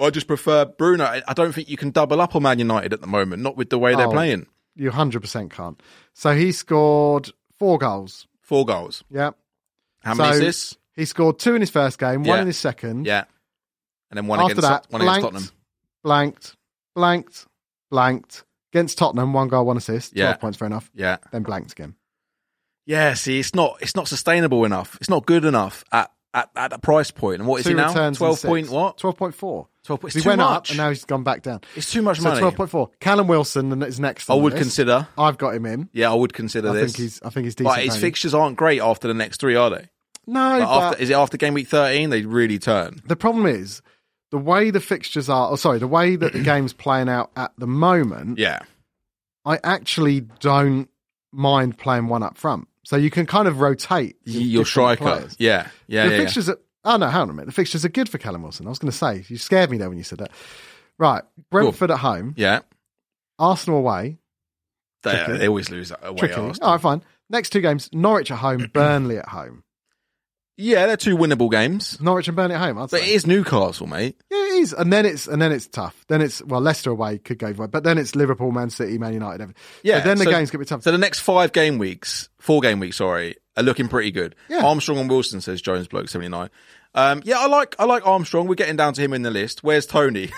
I just prefer Bruno. I- I don't think you can double up on Man United at the moment, not with the way they're Oh. playing. You 100% can't. So he scored four goals. Four goals. Yeah. How many So- assists? He scored two in his first game, one Yeah. in his second. Yeah. And then one After against that, one blanked, against Tottenham. blanked, blanked, blanked. Against Tottenham, one goal, one assist. Yeah. 12 points, fair enough. Yeah. Then blanked again. Yeah, see, it's not it's not sustainable enough. It's not good enough at at, at that price point. And what is two it now? returns. and Twelve six. point what? 12.4. Twelve point. He It's too went up much. and now he's gone back down. it's too much So money. 12.4. Callum Wilson is next. I on the would list. consider. I've got him in. Yeah, I would consider I this. think he's. I think he's decent. but his value. fixtures aren't great after the next three, are they? No, Like, but after, is it after game week thirteen they really turn? the problem is the way the fixtures are. Oh, sorry, the way that the game's playing out at the moment. Yeah, I actually don't mind playing one up front, so you can kind of rotate Y- your, different striker. players. Yeah, yeah, the yeah, yeah. fixtures. Are, oh no, hang on a minute. The fixtures are good for Callum Wilson. I was going to say you scared me there when you said that. Right, Brentford at home, yeah. Arsenal away. They, Tricky. they always lose away. Tricky. Oh, All Arsenal. right, fine. Next two games: Norwich at home, Burnley at home. Yeah, they're two winnable games, Norwich and Burnley at home. I'd but say. it is Newcastle, mate. Yeah, it is, and then it's and then it's tough. Then it's well, Leicester away could go, but then it's Liverpool, Man City, Man United. Everything. Yeah, so then the so- games could be tough. So the next five game weeks, four game weeks, sorry, are looking pretty good. Yeah. Armstrong and Wilson says Jones bloke seventy nine. Um, yeah, I like I like Armstrong. We're getting down to him in the list. Where's Tony?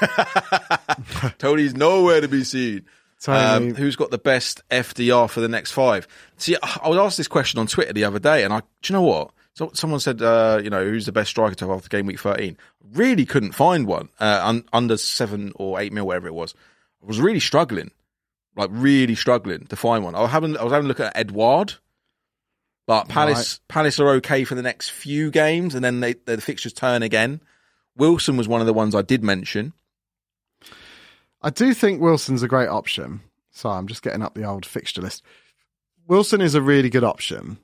Tony's nowhere to be seen. Totally. Um, who's got the best FDR for the next five? See, I I was asked this question on Twitter the other day, and I, do you know what? So someone said, uh, you know, who's the best striker to have after game week thirteen? Really couldn't find one uh, un- under seven or eight mil, whatever it was. I was really struggling, like really struggling to find one. I was having, I was having a look at Edouard. But Palace, Palace are okay for the next few games, and then they, the fixtures turn again. Wilson was one of the ones I did mention. I do think Wilson's a great option. So I'm just getting up the old fixture list. Wilson is a really good option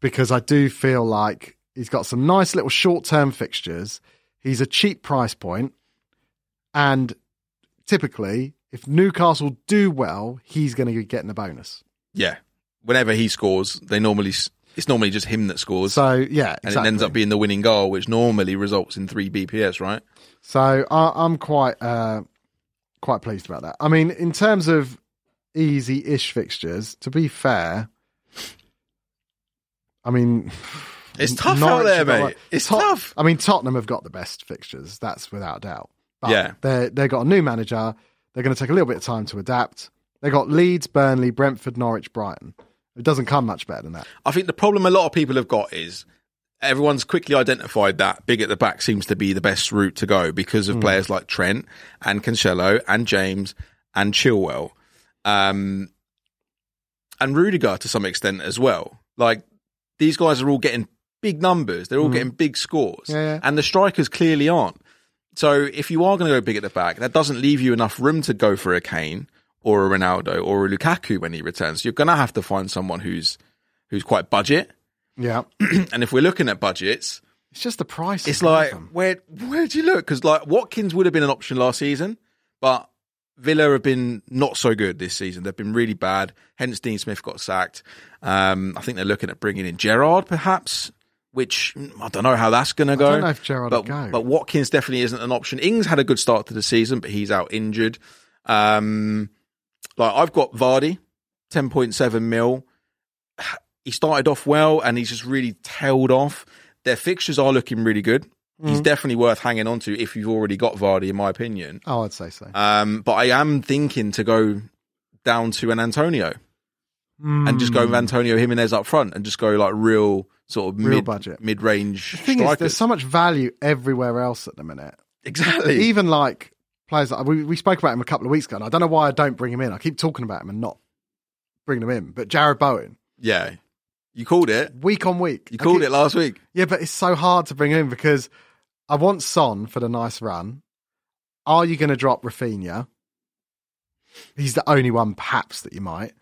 because I do feel like he's got some nice little short term fixtures. He's a cheap price point, And typically, if Newcastle do well, he's going to be getting a bonus. Yeah, whenever he scores, they normally s- it's normally just him that scores, So, yeah. and exactly. it ends up being the winning goal, which normally results in three BPS, right? So I, I'm quite uh, quite pleased about that. I mean, in terms of easy-ish fixtures, to be fair, I mean, It's tough out Norwich there, have got, mate. like- it's Tot- tough. I mean, Tottenham have got the best fixtures. That's without doubt. But Yeah. they they've got a new manager. They're going to take a little bit of time to adapt. They got Leeds, Burnley, Brentford, Norwich, Brighton. It doesn't come much better than that. I think the problem a lot of people have got is everyone's quickly identified that big at the back seems to be the best route to go because Hmm. of players like Trent and Cancelo and James and Chilwell. Um, and Rudiger to some extent as well. Like these guys are all getting big numbers, they're all getting big scores. Hmm. Yeah, yeah. And the strikers clearly aren't. So if you are going to go big at the back, that doesn't leave you enough room to go for a Kane or a Ronaldo or a Lukaku when he returns. You're going to have to find someone who's who's quite budget. Yeah, and if we're looking at budgets, it's just the price. it's like where where do you look? Because like Watkins would have been an option last season, but Villa have been not so good this season. They've been really bad. Hence, Dean Smith got sacked. Um, I think they're looking at bringing in Gerard, perhaps. Which mm, I don't know how that's going to go. don't know if Gerrard but, would go. but Watkins definitely isn't an option. Ings had a good start to the season, but he's out injured. Um, like I've got Vardy, ten point seven mil. He started off well, and he's just really tailed off. Their fixtures are looking really good. Mm-hmm. He's definitely worth hanging on to if you've already got Vardy, in my opinion. oh, I'd say so. Um, but I am thinking to go down to an Antonio and just Hmm. go with Antonio Jimenez up front and just go like real sort of Real mid budget. mid range The thing is, strikers. there's so much value everywhere else at the minute. exactly. even like players that we, we spoke about him a couple of weeks ago, and I don't know why I don't bring him in. I keep talking about him and not bringing him in. But Jared Bowen, yeah, you called it. week on week, You I called keep- it last week. Yeah, but it's so hard to bring him in because I want Son for the nice run. Are you going to drop Rafinha? He's the only one, perhaps, that you might.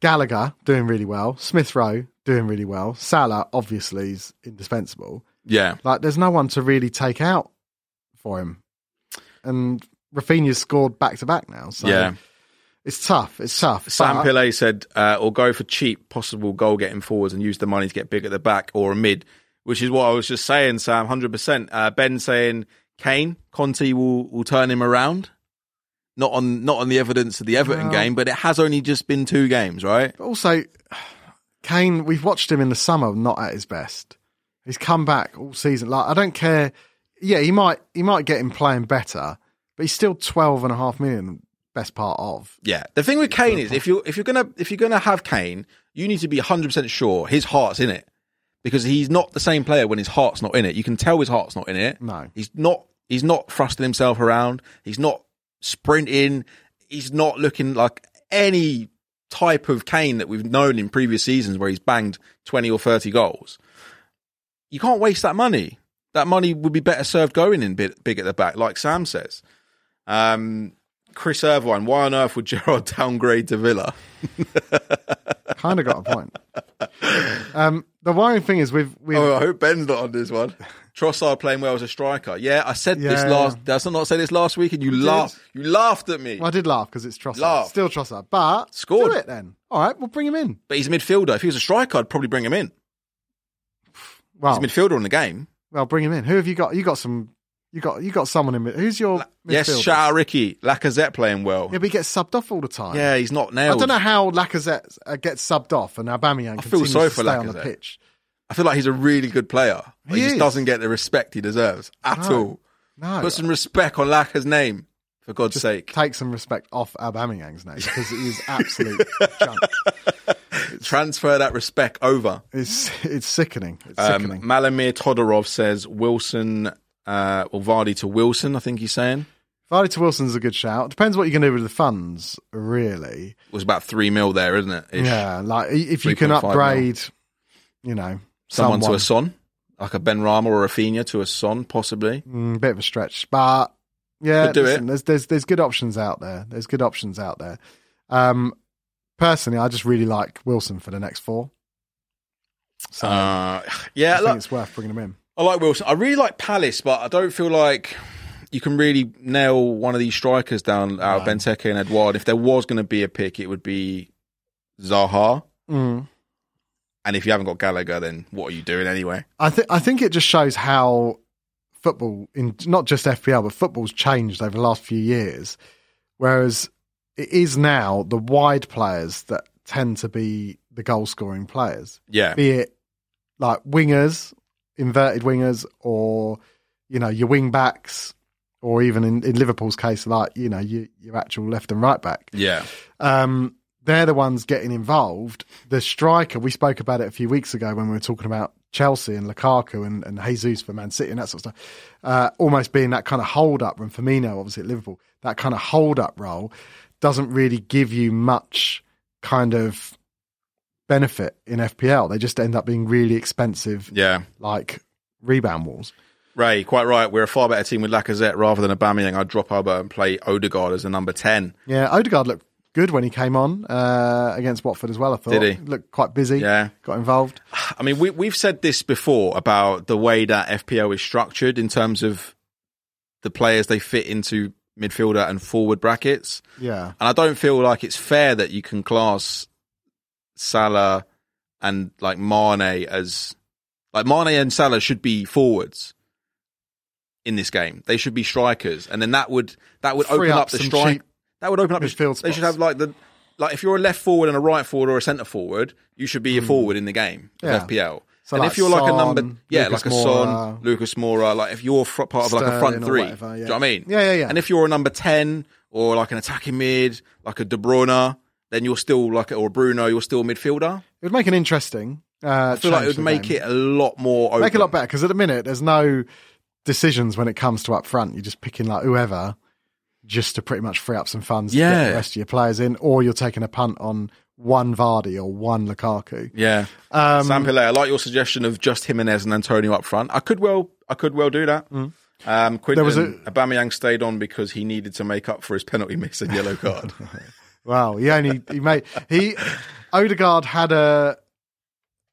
Gallagher doing really well. Smith Rowe doing really well. Salah obviously is indispensable. Yeah, Like, there's no one to really take out for him. And Rafinha's scored back to back now. So yeah. it's tough. It's tough. Sam But- Pillay said, uh, or go for cheap possible goal getting forwards and use the money to get big at the back or a mid, which is what I was just saying, Sam, 100%. Uh, ben saying Kane, Conte will, will turn him around. Not on not on the evidence of the Everton Well- game, but it has only just been two games, right? But also, Kane, we've watched him in the summer not at his best. He's come back all season. Like, I don't care. Yeah, he might he might get him playing better, but he's still 12 and a half million best part of. Yeah. The thing with Kane is if you if you're gonna if you're gonna have Kane, you need to be 100 percent sure his heart's in it because he's not the same player when his heart's not in it. You can tell his heart's not in it. No. He's not he's not thrusting himself around. He's not sprinting. He's not looking like any type of Kane that we've known in previous seasons where he's banged 20 or 30 goals. You can't waste that money. That money would be better served going in big, big at the back, like Sam says. Um, Chris Irvine, why on earth would Gerard downgrade to Villa? Kind of got a point. Um, the worrying thing is we've we've Oh, I hope Ben's not on this one. Trossard playing well as a striker. Yeah, I said this Yeah. last. Does I not say this last week? And you laughed. You laughed at me. well, I did laugh because it's Trossard, Laugh. still Trossard, but Scored. do it then. All right, we'll bring him in. But he's a midfielder. If he was a striker, I'd probably bring him in. Well, Oh. He's a midfielder in the game. well, bring him in. Who have you got? You got some. You got you got someone in. mid- Who's your Yes, midfielders? shout out Ricky. Lacazette playing well. Yeah, but he gets subbed off all the time. Yeah, he's not nailed. I don't know how Lacazette uh, gets subbed off and Aubameyang feel continues sorry to for stay on the Lacazette. pitch. I feel like he's a really good player. He But he just is. doesn't get the respect he deserves at No. all. No, Put some respect on Lacaz's name. For God's Just sake. take some respect off Aubameyang's name because it is absolute junk. Transfer that respect over. It's it's sickening. It's Um, sickening. Malamir Todorov says Wilson, uh, well, Vardy to Wilson, I think he's saying. Vardy to Wilson's a good shout. Depends what you can do with the funds, really. It was about 3 mil there, isn't it? Ish. Yeah, like i- if you can 3.5 mil. upgrade, you know, someone, Someone, to a Son, like a Ben Rama or a Fina to a Son, possibly. Mm, bit of a stretch, but yeah, Could do listen, it. there's there's there's good options out there. There's good options out there. Um, personally, I just really like Wilson for the next four, so Uh, I yeah, think look, it's worth bringing him in. I like Wilson. I really like Palace, but I don't feel like you can really nail one of these strikers down out of No. Benteke and Edouard. If there was going to be a pick, it would be Zaha. Mm. And if you haven't got Gallagher, then what are you doing anyway? I think I think it just shows how football in not just FPL but football's changed over the last few years. Whereas it is now the wide players that tend to be the goal scoring players, Yeah, be it like wingers, inverted wingers, or you know your wing backs, or even in, in Liverpool's case, like you know your, your actual left and right back yeah, um, they're the ones getting involved. The striker, we spoke about it a few weeks ago when we were talking about Chelsea and Lukaku and, and Jesus for Man City and that sort of stuff, uh, almost being that kind of hold up. And Firmino, obviously at Liverpool, that kind of hold up role doesn't really give you much kind of benefit in FPL. They just end up being really expensive, yeah. like rebound walls. Ray, quite right. We're a far better team with Lacazette rather than Aubameyang. I'd drop Albert and play Odegaard as a number ten. Yeah, Odegaard looked good when he came on uh, against Watford as well. I thought Did he? looked quite busy. Yeah. got involved. I mean, we, we've said this before about the way that FPO is structured in terms of the players they fit into midfielder and forward brackets. Yeah. And I don't feel like it's fair that you can class Salah and like Mane as like Mane and Salah should be forwards in this game. They should be strikers, and then that would that would Free open up up, the some strike. cheap That would open up the midfield They should spots. have like the like if you're a left forward and a right forward or a centre forward, you should be a forward in the game Hmm. of Yeah. FPL. So, and like, if you're like a number, Son, yeah, Lucas like a Son, Moura, Lucas Mora, like if you're fr- part of like a front Sterling or three, whatever, do yeah. you know what I mean? Yeah, yeah, yeah. And if you're a number 10 or like an attacking mid, like a De Bruyne, then you're still like, or a Bruno, you're still a midfielder. It would make an interesting. Uh, I feel like it would make it a lot more open. make it a lot better because at the minute there's no decisions when it comes to up front. You're just picking like whoever just to pretty much free up some funds to get Yeah. the rest of your players in, or you're taking a punt on one Vardy or one Lukaku. Yeah. Um, Sam Pillay, I like your suggestion of just Jimenez and Antonio up front. I could well, I could well do that. Um, Quinton, was Aubameyang stayed on because he needed to make up for his penalty miss and yellow card. Wow, he only he made he Odegaard had a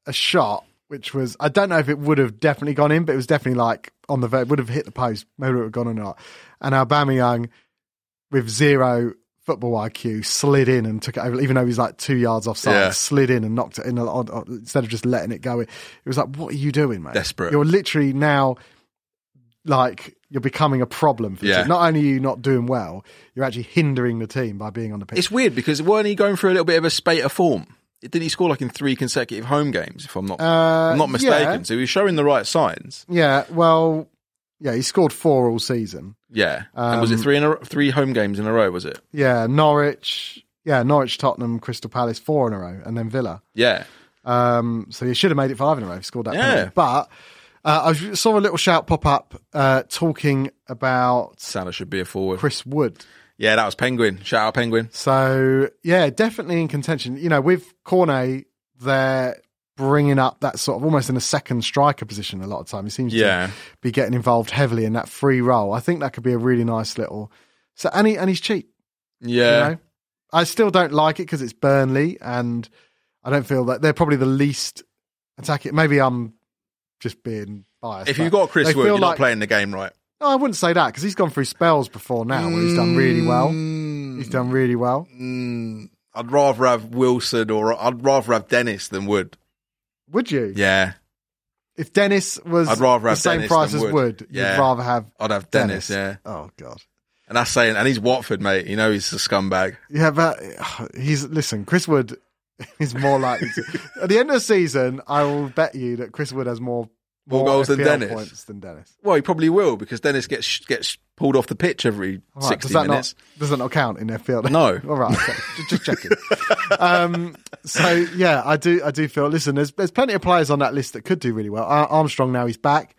a shot which was I don't know if it would have definitely gone in, but it was definitely like on the verge, would have hit the post, maybe it would have gone or not. And Aubameyang with zero football IQ slid in and took it over, even though he's like two yards offside, Yeah. slid in and knocked it in a lot, instead of just letting it go. It was like, what are you doing, mate? Desperate. You're literally now like you're becoming a problem for the Yeah. team. Not only are you not doing well, you're actually hindering the team by being on the pitch. it's weird because weren't he going through a little bit of a spate of form? Didn't he score like in three consecutive home games, if I'm not, Uh, I'm not mistaken? Yeah, So he was showing the right signs. yeah, well, yeah, he scored four all season. Yeah. and was it Um, three in a, three home games in a row? Was it? Yeah, Norwich, yeah, Norwich, Tottenham, Crystal Palace, four in a row, and then Villa. Yeah. Um, so he should have made it five in a row if he scored that. Yeah. penalty. But uh, I saw a little shout pop up uh, talking about Salah should be a forward. Chris Wood. Yeah, that was Penguin. Shout out Penguin. So yeah, definitely in contention. You know, with Cornet, they're bringing up that sort of almost in a second striker position a lot of time. He seems Yeah. to be getting involved heavily in that free role. I think that could be a really nice little. So and he, and he's cheap. Yeah. You know, I still don't like it because it's Burnley, and I don't feel that they're probably the least attacking. Maybe I'm just being biased. If but you've got Chris they Wood, feel you're not like- playing the game right. No, I wouldn't say that because he's gone through spells before now where he's done really well. He's Mm, done really well. mm, I'd rather have Wilson or I'd rather have Dennis than Wood. Would you? Yeah. If Dennis was I'd rather the have same Dennis price than as Wood. Wood, Yeah. you'd rather have I'd have Dennis, Dennis. yeah. Oh god. And that's saying, and he's Watford, mate. You know, he's a scumbag. Yeah, but uh, he's listen. Chris Wood is more likely to. At the end of the season, I will bet you that Chris Wood has more more goals than FPL Dennis. points than Dennis. Well, he probably will because Dennis gets gets pulled off the pitch every All right, does sixty that minutes. not does that not count in FPL? No. All right, okay. Ju- just checking. um, so yeah, I do I do feel. Listen, there's there's plenty of players on that list that could do really well. Ar- Armstrong now he's back,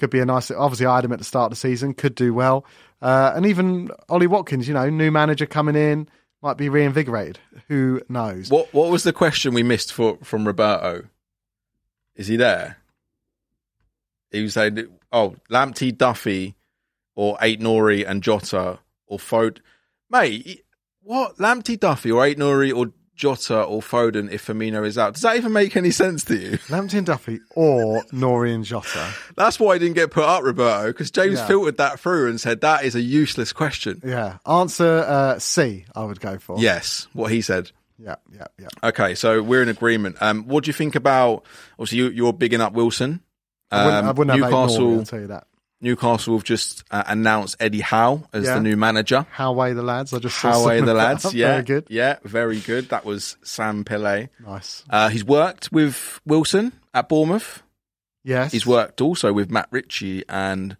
could be a nice. Obviously, I had him at the start of the season, could do well. Uh, and even Ollie Watkins, you know, new manager coming in, might be reinvigorated. Who knows? What What was the question we missed for from Roberto? Is he there? He was saying, "Oh, Lamptey, Duffy, or Eight Nori and Jota or Foden." Mate, what Lamptey, Duffy, or Eight Nori or Jota or Foden if Firmino is out? Does that even make any sense to you? Lampton Duffy or Noreen Jota? That's why I didn't get put up, Roberto, because James Yeah. filtered that through and said that is a useless question. Yeah, answer uh, C. I would go for. Yes, what he said. yeah, yeah, yeah. Okay, so we're in agreement. Um, what do you think about? Obviously, you, you're bigging up Wilson. I wouldn't, I wouldn't have eight Noreen, Um, Newcastle. I'll tell you that. Newcastle have just uh, announced Eddie Howe as Yeah. the new manager. Howway the lads. I just saw Howe something the about lads, that. yeah, very good. yeah, very good. That was Sam Pillay. Nice. Uh, he's worked with Wilson at Bournemouth. Yes, He's worked also with Matt Ritchie and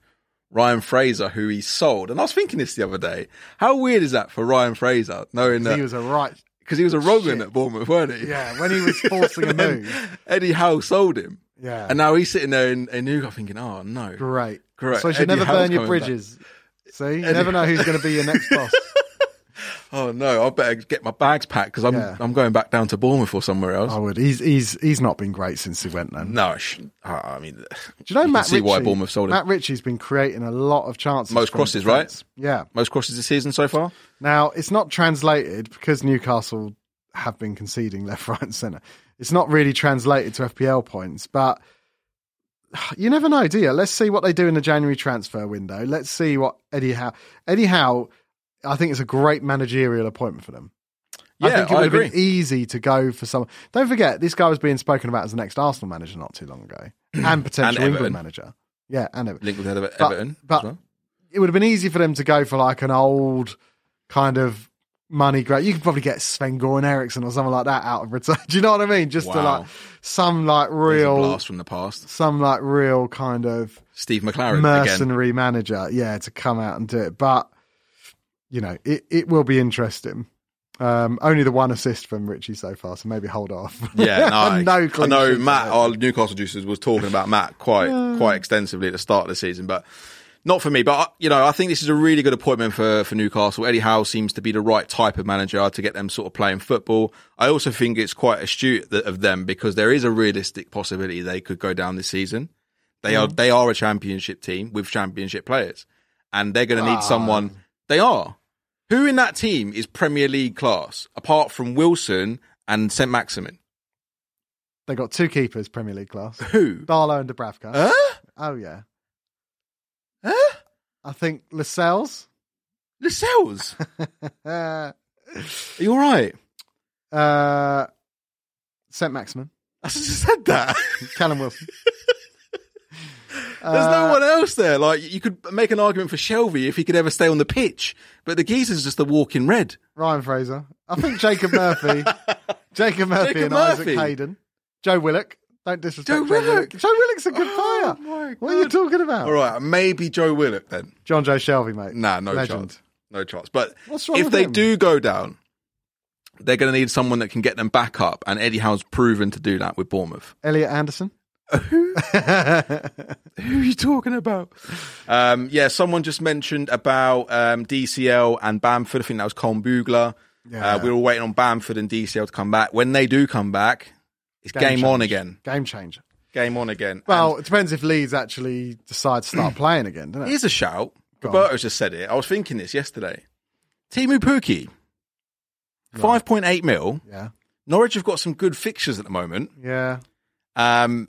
Ryan Fraser, who he sold. And I was thinking this the other day. How weird is that for Ryan Fraser, knowing that He was a right. because he was a Rogan Shit. at Bournemouth, weren't he? Yeah, when he was forcing a And then move. Eddie Howe sold him, Yeah, and now he's sitting there in, in Newcastle thinking, "Oh no, great. Correct. So you should Eddie never Howe's burn your coming back. bridges. See, you never know who's going to be your next boss. oh no, I better get my bags packed because I'm Yeah. Oh, I'm going back down to Bournemouth or somewhere else." I would. He's he's he's not been great since he went. Then No, I shouldn't. Ah, I mean, do you know can Matt see Ritchie? why Bournemouth sold him. Matt Ritchie's been creating a lot of chances. Most from crosses, right? defence. Yeah. most crosses this season so far. Now it's not translated because Newcastle have been conceding left, right, and centre. It's not really translated to FPL points, but you never know, do you? Let's see what they do in the January transfer window. Let's see what Eddie Howe. Eddie Howe, I think it's a great managerial appointment for them. I Yeah, think it I would have been agree. easy to go for someone. Don't forget, this guy was being spoken about as the next Arsenal manager not too long ago, and potential Everton. England manager. Yeah, and Everton Linked with Ever- But- Everton. but- as well. it would have been easy for them to go for like an old kind of money grab. You could probably get Sven Goran Eriksson or someone like that out of return. Do you know what I mean? Just to Wow. like some like There's a real, blast from the past. some like real kind of Steve McLaren again. mercenary manager, yeah, to come out and do it. But you know, it it will be interesting. Um, only the one assist from Richie so far, so maybe hold off. Yeah, no, I, I clean know sheets Matt, yet. our Newcastle juicers, was talking about Matt quite quite extensively at the start of the season, but not for me. But I- you know, I think this is a really good appointment for for Newcastle. Eddie Howe seems to be the right type of manager to get them sort of playing football. I also think it's quite astute th- of them because there is a realistic possibility they could go down this season. They Mm. are they are a championship team with championship players, and they're going to need Ah. someone. They are. Who in that team is Premier League class apart from Wilson and St Maximin? They got two keepers, Premier League class, Who? Darlow and Dubravka. Huh? Oh yeah, Huh? I think Lascelles. Lascelles? Uh, Are you all right? uh, St. Maximin, I just said that. Callum Wilson. There's Uh, no one else there. Like you could make an argument for Shelby if he could ever stay on the pitch, but the geezer's just a walking red. Ryan Fraser. I think Jacob Murphy. Jacob Murphy Jacob and Murphy. Isaac Hayden. Joe Willock. Don't disrespect Joe Joe, Willock. Willock. Joe Willock's a good Oh, player. my What are you God. talking about? All right, maybe Joe Willock then. John Joe Shelby, mate. Nah, no Legend. chance. No chance. But What's wrong if with they him? do go down, they're going to need someone that can get them back up, and Eddie Howe's proven to do that with Bournemouth. Elliot Anderson. Who are you talking about? Um, yeah, someone just mentioned about um, DCL and Bamford. I think that was Colm Bugler. Yeah. Uh, we were waiting on Bamford and DCL to come back. When they do come back, it's game, Game on changer. again. Game changer. Game on again. Well, it depends if Leeds actually decide to start playing again, doesn't and it? here's a shout. Go on. Roberto's just said it. I was thinking this yesterday. Timu Puki, 5.8 mil. Yeah. Norwich have got some good fixtures at the moment. Yeah. Um,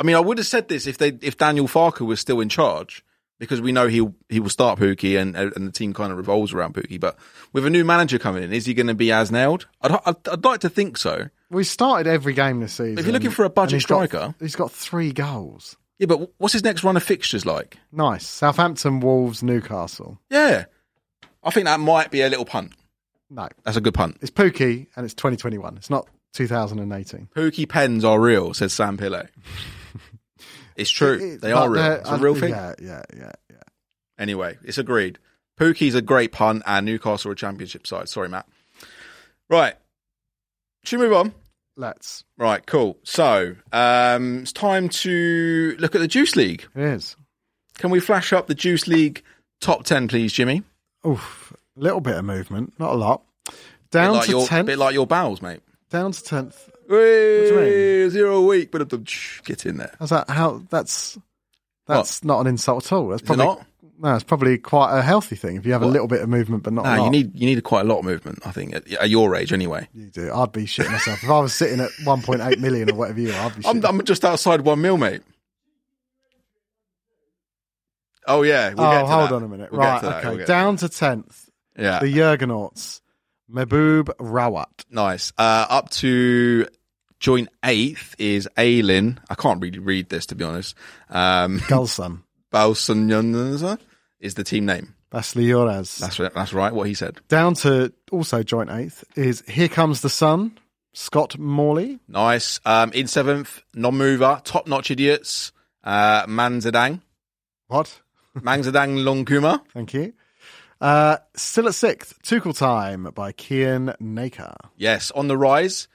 I mean, I would have said this if they if Daniel Farker was still in charge because we know he he will start Pookie and and the team kind of revolves around Pookie. But with a new manager coming in, is he going to be as nailed? I'd, I'd, I'd like to think so. We started every game this season. If you're looking for a budget and he's got- striker- he's got three goals. Yeah, but what's his next run of fixtures like? Nice. Southampton, Wolves, Newcastle. Yeah, I think that might be a little punt. No, That's a good punt. it's Pookie and it's 2021. It's not 2018. Pookie pens are real, says Sam Pillay. It's true. It- it- they but are real. they're- It's a real I- thing. Yeah, yeah, yeah, yeah. Anyway, it's agreed. Pookie's a great pun, and Newcastle are a championship side. Sorry, Matt. Right. Should we move on? Let's. Right, cool. So um, it's time to look at the Juice League. It is. Can we flash up the Juice League top 10, please, Jimmy? Oof. Little bit of movement, not a lot. Down bit, like to your, tenth. bit like your bowels, mate. down to tenth. you Hey, zero a week, but get in there. How's that? How that's that's not an insult at all. That's Is it probably not? no. It's probably quite a healthy thing if you have a What? little bit of movement, but not. a No, lot. Ah, you need you need quite a lot of movement. I think at, at your age, anyway. You do. I'd be shitting myself if I was sitting at 1.8 million or whatever you are. I'd be shitting. I'm, I'm just outside one mil, mate. Oh yeah. We'll oh, get to hold that. on a minute. We'll get right, to that. okay. We'll get to Down to tenth, that. Yeah. the Jurgenauts, Mehboob Rawat. Nice. Uh, up to joint eighth is Aylin. I can't really read this to be honest. Um, Gulson, Balsanyanza is the team name. Vasily Yuraz. That's right. That's right. What he said. Down to also joint eighth is Here Comes the Sun, Scott Morley. Nice. Um, in seventh, non-mover, top-notch idiots. Uh, Manzadang, What? Manzadang Longkuma. Thank you. Uh, still at sixth, Tuchel Time by Kian Naker. Yes, on the rise.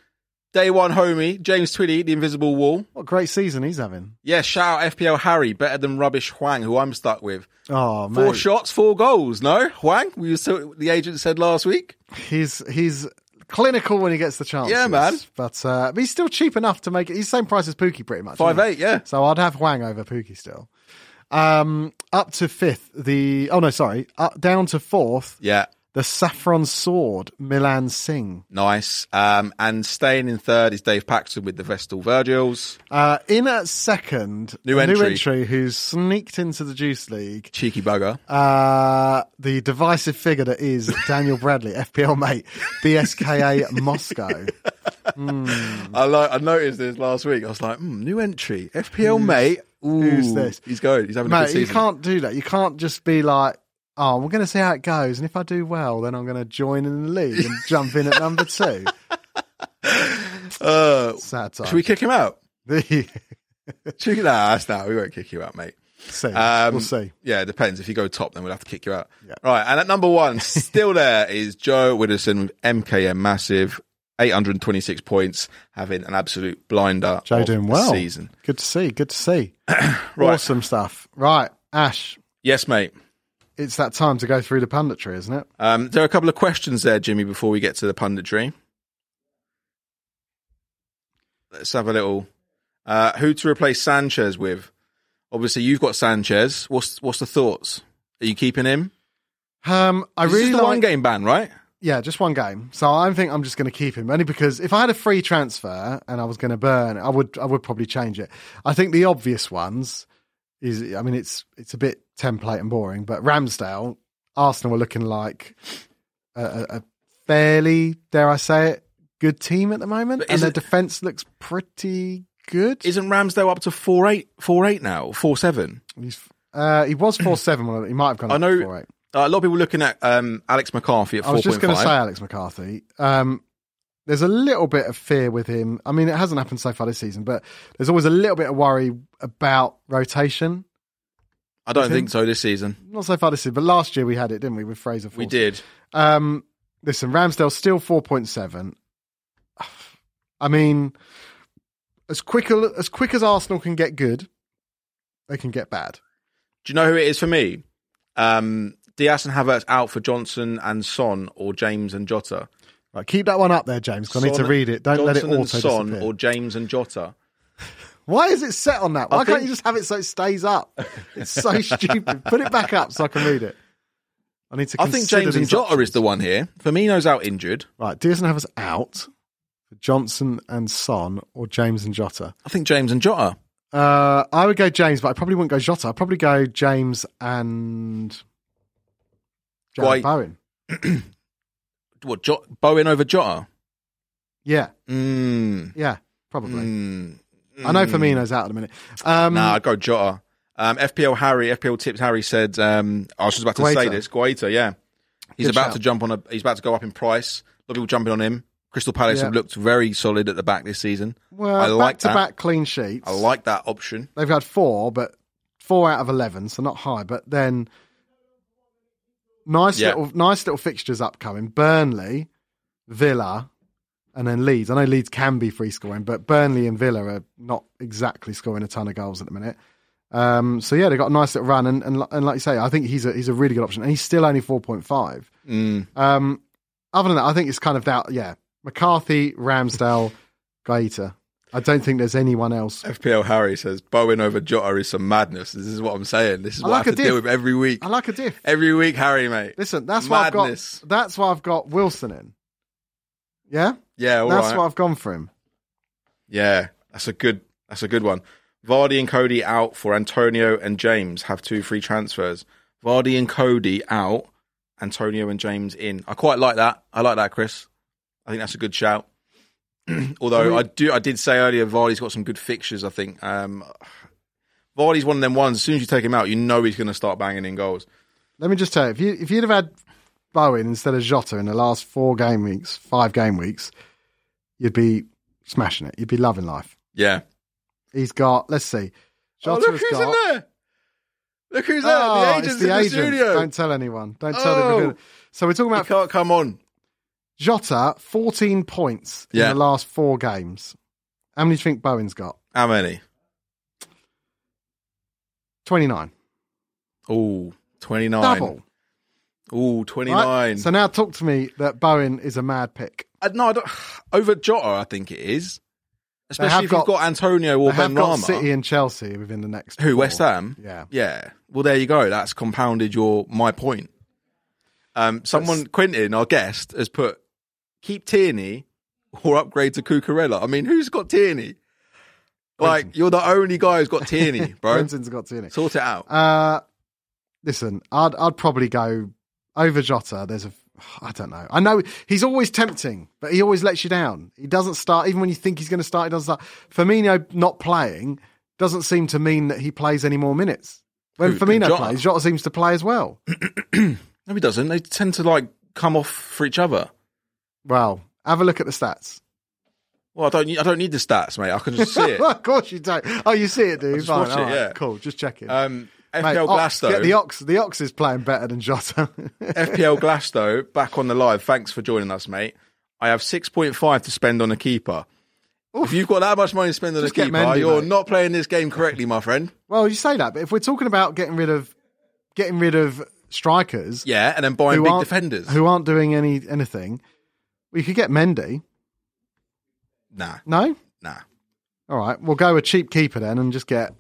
Day one, homie James Twiddy, the Invisible Wall. What a great season he's having. Yes, shout out FPL Harry, better than rubbish Huang, who I'm stuck with. Oh, Four man. shots, four goals. No, Huang, we were so, the agent said last week. He's he's clinical when he gets the chance. Yeah, man. But, uh, but he's still cheap enough to make it. He's the same price as Pookie, pretty much. Five isn't he? eight, yeah. So I'd have Huang over Pookie still. Um, up to fifth, the oh no, sorry, up, down to fourth, Yeah, the Saffron Sword, Milan Singh. nice. Um, and staying in third is Dave Paxton with the Vestal Virgils. Uh, in at second, New entry. who's sneaked into the Juice League. Cheeky bugger. Uh, the divisive figure that is Daniel Bradley, FPL mate, BSKA Moscow. Hmm. I, lo- I noticed this last week. I was like, hmm, new entry, FPL mate. Ooh, who's this? He's going. He's having a good Mate, season. you can't do that. You can't just be like, oh, we're going to see how it goes. And if I do well, then I'm going to join in the league and jump in at number two. Uh, Sad time. should we kick him out? The- Should we- nah, that's not. We won't kick you out, mate. see. Um, we'll see. Yeah, it depends. If you go top, then we'll have to kick you out. Yeah. Right, and at number one, still there is Joe Widdowson with MKM Massive, 826 points, having an absolute blinder. Joe of doing the well. Season. Good to see. Good to see. Right. Awesome stuff. Right, Ash. Yes, mate. It's that time to go through the punditry, isn't it? Um, there are a couple of questions there, Jimmy, before we get to the punditry. Let's have a little. Uh, who to replace Sanchez with? Obviously, you've got Sanchez. What's what's the thoughts? Are you keeping him? Um, I This is really the like, one game ban, right? Yeah, just one game. So I think I'm just going to keep him only because if I had a free transfer and I was going to burn, I would I would probably change it. I think the obvious ones is I mean it's it's a bit template and boring, but Ramsdale, Arsenal were looking like a, a, a fairly dare I say it good team at the moment, But and their isn't- defense looks pretty good. Isn't Ramsdale up to four eight, four eight now, four seven? He's, uh, he was four seven. Well, he might have gone. I up to know- 4.8. Uh, a lot of people looking at um, Alex McCarthy at I four was just point going to say, five. Alex McCarthy. Um, there's a little bit of fear with him. I mean, it hasn't happened so far this season, but there's always a little bit of worry about rotation. I don't with him. think so this season. Not so far this season, but last year we had it, didn't we, with Fraser? We Forster? did. Um, listen, Ramsdale's still four point seven. I mean, as quick a- as quick as Arsenal can get good, they can get bad. Do you know who it is for me? Um, Diaz and Havertz out for Johnson and Son or James and Jota. Right, keep that one up there, James. 'cause I need to Son- read it. Don't Johnson let it and auto Son disappear. or James and Jota. Why is it set on that? Why can't think- you just have it so it stays up? It's so stupid. Put it back up so I can read it. I need to. I think consider James and these Jota options. is the one here. Firmino's out injured. right. Dearson have us out. Johnson and Son or James and Jota. I think James and Jota. Uh, I would go James, but I probably wouldn't go Jota. I'd probably go James and Jared Why- Bowen. What jo- Bowen over Jota? Yeah, Mm, yeah, probably. mm, I know mm. Firmino's out in a minute. Um, Nah, I'd go Jota. Um, FPL Harry, FPL Tips Harry said, um, I was just about to say Guaita. this. Guaita, yeah. He's Good about shout. to jump on a, he's about to go up in price. A lot of people jumping on him. Crystal Palace Yeah. have looked very solid at the back this season. Well, I like back to that. back clean sheets. I like that option. They've had four, but four out of eleven, so not high. But then nice Yeah. little nice little fixtures upcoming: Burnley, Villa, and then Leeds. I know Leeds can be free scoring, but Burnley and Villa are not exactly scoring a ton of goals at the minute. Um, so yeah, they got a nice little run, and, and li- and like you say, I think he's a he's a really good option, and he's still only four point five. Mm. Um, other than that, I think it's kind of doubt. Yeah, McCarthy, Ramsdale, Gaeta. I don't think there's anyone else. FPL Harry says Bowen over Jota is some madness. This is what I'm saying. This is I what I, like have a to deal diff. with every week. I like a diff. Every week, Harry, mate. Listen, that's why Madness. I've got. That's why I've got Wilson in. Yeah, Yeah, all right. that's why I've gone for him. Yeah, that's a good. That's a good one. Vardy and Cody out for Antonio and James have two free transfers. Vardy and Cody out, Antonio and James in. I quite like that. I like that, Chris. I think that's a good shout. Although I do, I did say earlier, Vardy's got some good fixtures. I think um, Vardy's one of them ones. As soon as you take him out, you know he's going to start banging in goals. Let me just tell you, if you if you'd have had Bowen instead of Jota in the last four game weeks, five game weeks, you'd be smashing it. You'd be loving life. Yeah. He's got. Let's see. Oh, Jota look has who's got. in there. Look who's there. Oh, the it's agent's in the agent. studio. Don't tell anyone. Don't tell Oh. everyone. So we're talking He about can't come on. Jota, fourteen points Yeah. in the last four games. How many do you think Bowen's got? How many? Twenty nine. Oh, 29. Double. Ooh, 29. Right? So now talk to me that Bowen is a mad pick. Uh, no, I don't, over Jota, I think it have is. Especially if got- you've got Antonio They or have Ben got Rama. City and Chelsea within the next. Who, four. West Ham? Yeah. Yeah. Well, there you go. That's compounded your my point. Um, someone, Quentin, our guest, has put keep Tierney or upgrade to Cucurella. I mean, who's got Tierney? Like, you're the only guy who's got Tierney, bro. Brenton's got Tierney. Sort it out. Uh, listen, I'd I'd probably go over Jota. There's a I don't know. I know he's always tempting, but he always lets you down. He doesn't start even when you think he's going to start. He doesn't start. Firmino not playing doesn't seem to mean that he plays any more minutes. When Who, Firmino Jota? plays, Jota seems to play as well. No, he doesn't. They tend to, like, come off for each other. Well, have a look at the stats. Well, I don't, need- I don't need the stats, mate. I can just see it. of course you don't. Oh, you see it, dude. just Fine. watch it, all right, yeah. Cool. Just checking. Um, Mate, FPL Ox, Glasto. get the ox. The ox is playing better than Jota. FPL Glasto back on the live. Thanks for joining us, mate. I have 6.5 to spend on a keeper. If you've got that much money to spend on Just a get keeper, Mendy, you're mate. not playing this game correctly, my friend. well, you say that, but if we're talking about getting rid of getting rid of strikers Yeah, and then buying big aren't defenders. who aren't doing any anything, we could get Mendy. Nah, No, nah. all right, we'll go a cheap keeper then and just get.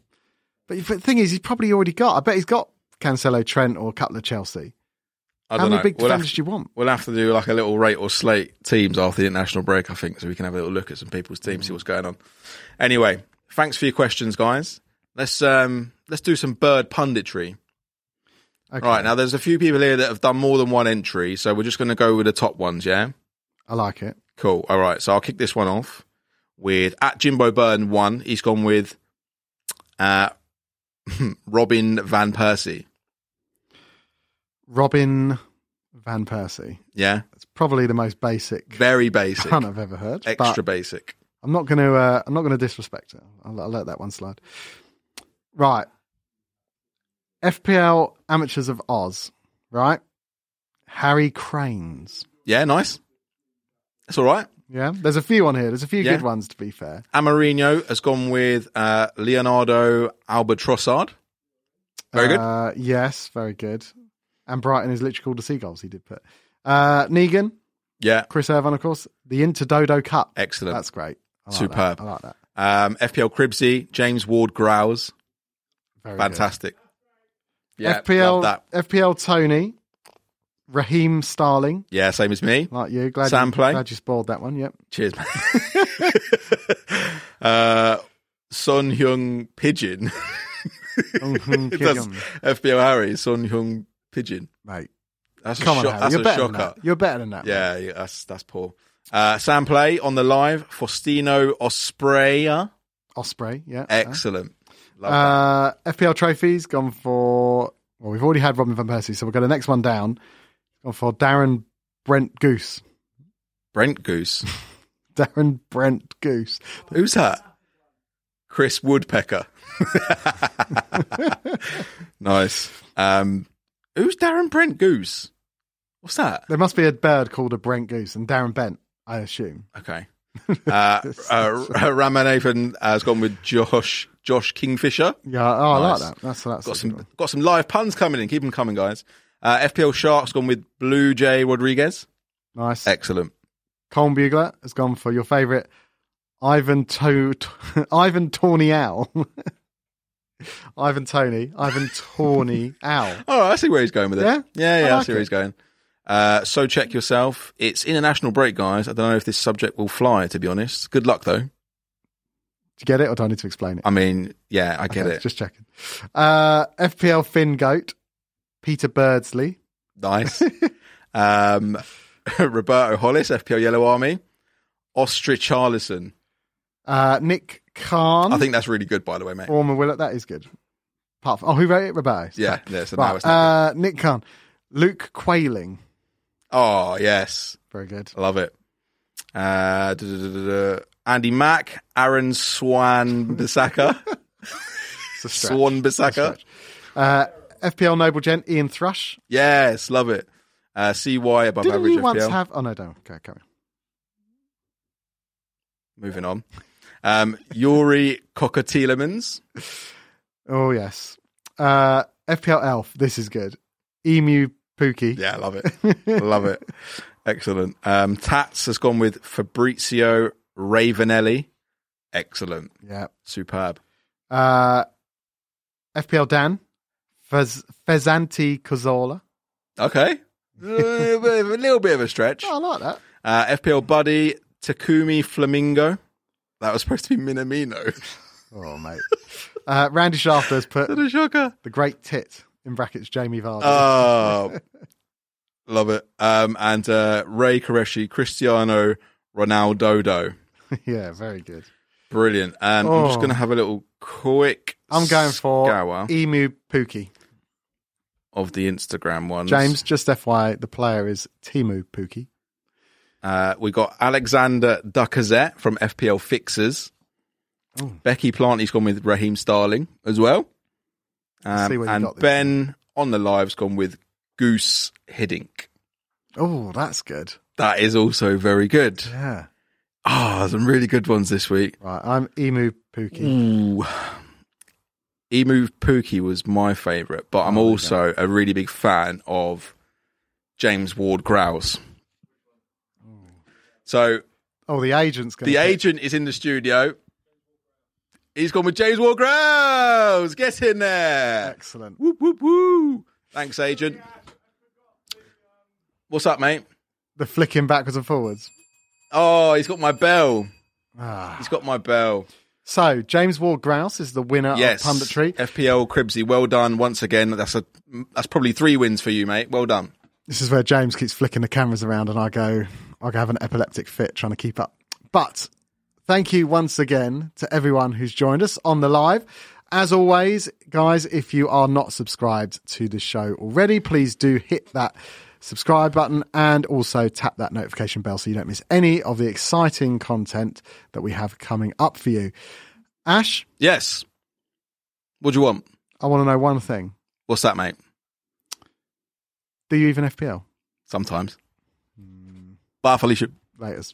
But the thing is, he's probably already got. I bet he's got Cancelo, Trent, or a couple of Chelsea. I How don't many know. big we'll, have, defenders do you want? we'll have to do like a little rate or slate teams after the international break, I think, so we can have a little look at some people's teams, Mm. see what's going on. Anyway, thanks for your questions, guys. Let's um let's do some bird punditry. Okay. Right, now there's a few people here that have done more than one entry, so we're just going to go with the top ones, yeah? I like it. Cool. All right. So I'll kick this one off with at Jimbo Burn one. He's gone with uh, Robin Van Persie. Robin Van Persie. Yeah. That's probably the most basic Very basic. pun I've ever heard. but- Extra basic. I'm not going to. Uh, I'm not going to disrespect it. I'll, I'll let that one slide. Right. FPL amateurs of Oz. Right. Harry Cranes. Yeah. Nice. That's all right. Yeah. There's a few on here. There's a few Yeah. good ones. To be fair. Amarino has gone with uh, Leonardo Albatrossard. Very good. Uh, yes. Very good. And Brighton is literally called the Seagulls. He did put. Uh, Negan, Yeah. Chris Irvine, of course. The Interdodo Cup. Excellent. That's great. I like Superb. That. I like that. um, FPL Cribsy, James Ward Growls. Very good. Fantastic. Yeah. FPL. Love that. FPL Tony, Raheem Starling. Yeah. Same as me. Like you, glad Sam you, play? glad you spoiled that one. Yep. Cheers, man. uh, Son Hyung Pigeon. Mm-hmm, It does- Mate, FBO Harry, Son Hyung Pigeon. That's come a, on, shock- Harry, that's you're a better than shocker. that. You're better than that. mate. Yeah, yeah, that's that's poor. Uh, Sam Play on the live. Faustino Ospreya. Osprey. Yeah. Excellent. Love that. Uh, FPL trophies gone for. Well, we've already had Robin van Persie, so we'll go the next one down. Gone for Darren Brent Goose. Brent Goose. Darren Brent Goose. Who's that? Chris Woodpecker. nice. Um, who's Darren Brent Goose? What's that? There must be a bird called a Brent Goose and Darren Bent, I assume. Okay. Uh, uh, Ramanathan uh, has gone with Josh Josh Kingfisher. Yeah, oh, Nice. I like that. That's that's Got a good some one. got some live puns coming in. Keep them coming, guys. Uh, FPL Sharks gone with Blue Jay Rodriguez. nice. Excellent. Colin Bugler has gone for your favourite Ivan To Ivan Tawny Owl. Ivan Tony, Ivan Tawny Owl. Oh, I see where he's going with it. Yeah? yeah, yeah, I I, like see where it. he's going. Uh, so check yourself. It's international break, guys. I don't know if this subject will fly. To be honest, good luck though. Do you get it, or do I need to explain it? I mean, yeah, I get Okay, it. Just checking. Uh, FPL Finn Goat, Peter Birdsley. Nice. um, Roberto Hollis, FPL Yellow Army, Ostrich Charlison. Uh, Nick Khan. I think that's really good, by the way, mate. Orma Willett. That is good. Apart from, oh, who wrote it? Roberto. Yeah, yeah. So now Right. it's not uh, Nick Khan. Luke Quayling. good. Oh yes, Very good. I love it. Uh, duh, duh, duh, duh, duh. Andy Mack, Aaron Swan Bissaka, It's a stretch. Swan Bissaka. Uh, FPL Noble Gent, Ian Thrush. Yes, love it. Uh, CY above Didn't average you once FPL. have? Oh no, don't. Okay, carry on. Moving on. Um, Yuri Kokotielemans. Oh yes. Uh, FPL Elf. This is good. Emu Pookie. Yeah, I love it. love it. Excellent. Um, Tats has gone with Fabrizio Ravenelli. Excellent. Yeah. Superb. Uh, FPL Dan. Fez- Fezanti Cazorla. Okay. a little bit of- a little bit of a stretch. Oh, I like that. Uh, FPL buddy Takumi Flamingo. That was supposed to be Minamino. Oh mate. uh, Randy Shafter has put what a shocker! the great tit in brackets Jamie Vardy. Oh, love it. Um, and uh, Ray Koreshi, Cristiano Ronaldo. yeah, very good. Brilliant. Um, I'm just Oh. going to have a little quick. I'm going for scour Emu Pookie. of the Instagram ones. James, just FYI, the player is Timu Pookie. Uh, we got Alexander Ducazette from FPL Fixers. Oh. Becky Planty's gone with Raheem Starling as well. see Um, where you and got this Ben on the live's gone with Goose Hiddink. Oh, that's good. That is also very good. Yeah. Ah, some really good ones this week. Right, I'm Emu Pookie. Ooh. Emu Pookie was my favourite, but I'm also a really big fan of James Ward Grouse. So Oh, the agent's going. The agent is in the studio. He's gone with James Ward Grouse. Get in there. Excellent. Woo, woo, woo. Thanks, agent. What's up, mate? The flicking backwards and forwards. Oh, he's got my bell. Ah. He's got my bell. So James Ward Grouse is the winner Yes. of punditry. FPL Cribsy. Well done once again. That's a that's probably three wins for you, mate. Well done. This is where James keeps flicking the cameras around, and I go, I go have an epileptic fit trying to keep up. But thank you once again to everyone who's joined us on the live. As always, guys, if you are not subscribed to the show already, please do hit that subscribe button and also tap that notification bell so you don't miss any of the exciting content that we have coming up for you. Ash, Yes. What do you want? I want to know one thing. What's that, mate? Do you even FPL? Sometimes. Bye, Felicia. Laters.